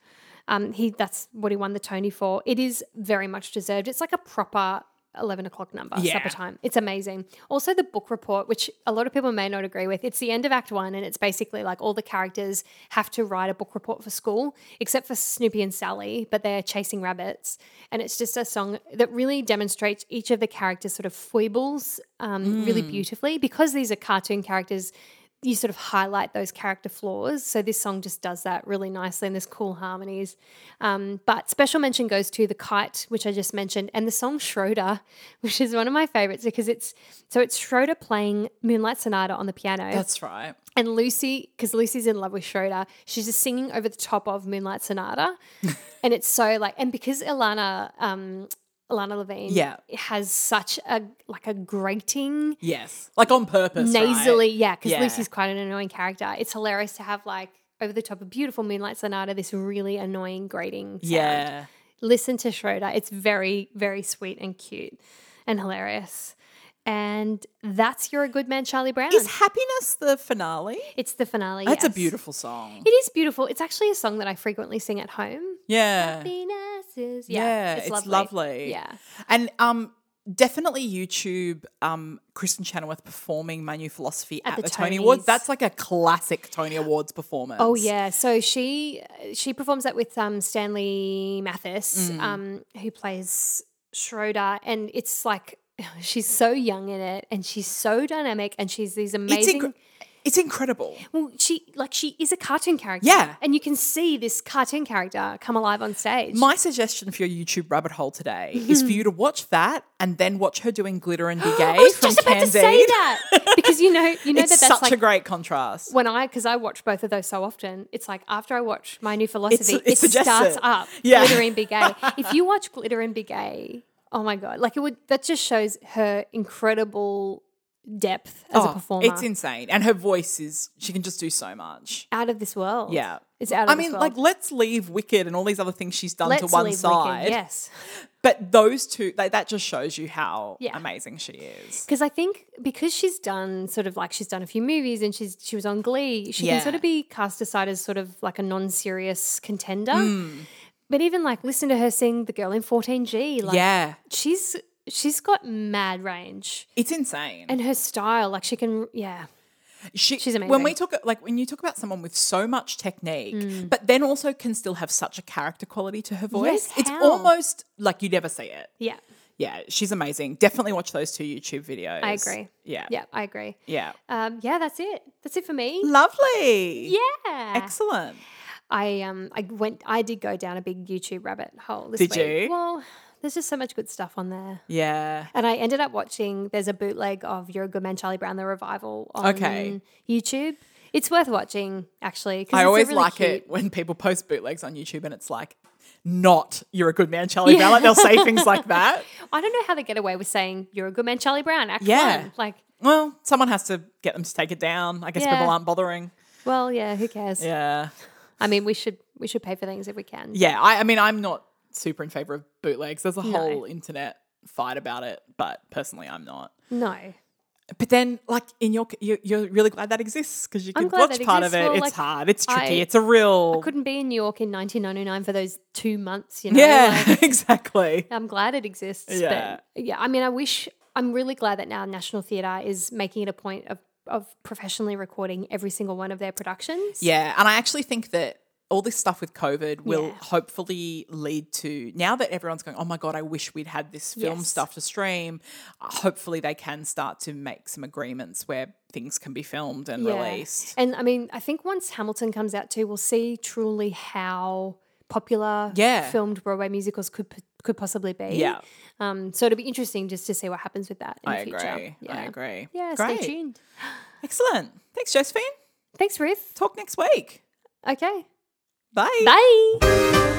Um, he that's what he won the Tony for. It is very much deserved. It's like a proper eleven o'clock number,
Yeah.
supper time. It's amazing. Also the book report, which a lot of people may not agree with. It's the end of Act One, and it's basically like all the characters have to write a book report for school, except for Snoopy and Sally, but they're chasing rabbits. And it's just a song that really demonstrates each of the characters' sort of foibles um, really
Hmm.
beautifully. Because these are cartoon characters, you sort of highlight those character flaws. So this song just does that really nicely, and there's cool harmonies. Um, but special mention goes to the kite, which I just mentioned, and the song Schroeder, which is one of my favorites because it's so it's Schroeder playing Moonlight Sonata on the piano,
That's right.
and Lucy because Lucy's in love with Schroeder, she's just singing over the top of Moonlight Sonata, and it's so like, and because Ilana. Um, Alana Levine
Yeah.
has such a like a grating
Yes. Like on purpose. right?
nasally, yeah, because
Yeah.
Lucy's quite an annoying character. It's hilarious to have like over the top of beautiful Moonlight Sonata, this really annoying grating. Sound.
Yeah.
listen to Schroeder. It's very, very sweet and cute and hilarious. And that's your good man, Charlie Brown.
Is happiness the finale?
it's the finale.
That's a
yes.
beautiful song.
It is beautiful. It's actually a song that I frequently sing at home.
yeah.
Venus is yeah,
Yeah,
it's,
it's
lovely.
lovely.
Yeah,
And um definitely YouTube um Kristen Chenoweth performing My New Philosophy at,
the
the, Tony
Tonys.
Awards. That's like a classic Tony Awards performance.
Oh yeah, so she she performs that with um, Stanley Mathis, um, who plays Schroeder, and it's like she's so young in it, and she's so dynamic, and she's these
It's,
amazing.
inc- it's incredible.
well, she like she is a cartoon character,
Yeah.
and you can see this cartoon character come alive on stage.
My suggestion for your YouTube rabbit hole today is for you to watch that and then watch her doing glitter and be gay
Hmm. I was
from
just about to say
Candide.
that because you know you know
It's
that that's
such
like
a great contrast.
when I because I watch both of those so often, it's like after I watch my new philosophy,
it
it
suggests
starts
it.
up.
Yeah.
Glitter and Big A. if you watch Glitter and Big A, oh my god, like it would that just shows her incredible depth as
Oh,
a performer.
It's insane. And her voice is she can just do so much.
out of this world.
Yeah.
It's out of
I
this
mean,
world.
like, let's leave Wicked and all these other things she's done to one
leave Wicked,
side.
yes.
But those two, like, that just shows you how
Yeah.
amazing she is.
Because I think because she's done sort of like she's done a few movies and she's she was on Glee, she
Yeah.
can sort of be cast aside as sort of like a non-serious contender.
Hmm.
But even like listen to her sing "The Girl in 14G," like
yeah,
she's she's got mad range
it's insane.
and her style like she can yeah
she,
she's
When we
amazing. Hmm.
talk, like, when you talk about someone with so much technique, but then also can still have such a character quality to her voice, it's
how?
almost like you never see it.
yeah
Yeah, she's amazing. Definitely watch those two YouTube videos.
i agree
Yeah.
yeah i agree
Yeah.
um yeah that's it that's it for me
Lovely.
yeah
Excellent.
i um i went i did go down a big youtube rabbit hole this
Did
week
you?
well there's just so much good stuff on there
Yeah.
and I ended up watching. There's a bootleg of You're a Good Man, Charlie Brown, the revival on
Okay.
YouTube. It's worth watching, actually. 'cause
I
it's a
always
really
like
cute-
it when people post bootlegs on YouTube and it's like, not you're a good man, Charlie Brown. Like, they'll say things like that.
I don't know how they get away with saying You're a Good Man, Charlie Brown. Act
Yeah.
one. like
Well, someone has to get them to take it down. I guess
Yeah.
people aren't bothering.
well, yeah, who cares?
Yeah.
I mean, we should we should pay for things if we can.
Yeah, I, I mean, I'm not super in favor of bootlegs. There's a
No.
whole internet fight about it, but personally, I'm not.
No.
But then, like in your, you- you're really glad that exists because you
I'm
can
glad
watch
that
part of
exists.
it.
Well,
it's
like,
hard. It's tricky.
I-
it's a real.
Couldn't be in New York in 1999 for those two months, you know?
yeah,
like,
exactly.
I'm glad it exists.
Yeah.
But yeah, I mean, I wish, I'm really glad that now National Theatre is making it a point of, of professionally recording every single one of their productions.
Yeah, and I actually think that all this stuff with COVID will
Yeah.
hopefully lead to now that everyone's going, oh my god, I wish we'd had this film
Yes.
stuff to stream. uh, Hopefully, they can start to make some agreements where things can be filmed and
Yeah.
released.
And I mean, I think once Hamilton comes out too, we'll see truly how popular
Yeah.
filmed Broadway musicals could p- could possibly be.
Yeah,
Um, so it'll be interesting just to see what happens with that in
I
the
agree.
future. Yeah.
I agree.
Yeah,
Great.
stay tuned.
Excellent. Thanks, Josephine.
Thanks, Riff.
Talk next week.
Okay.
Bye.
Bye.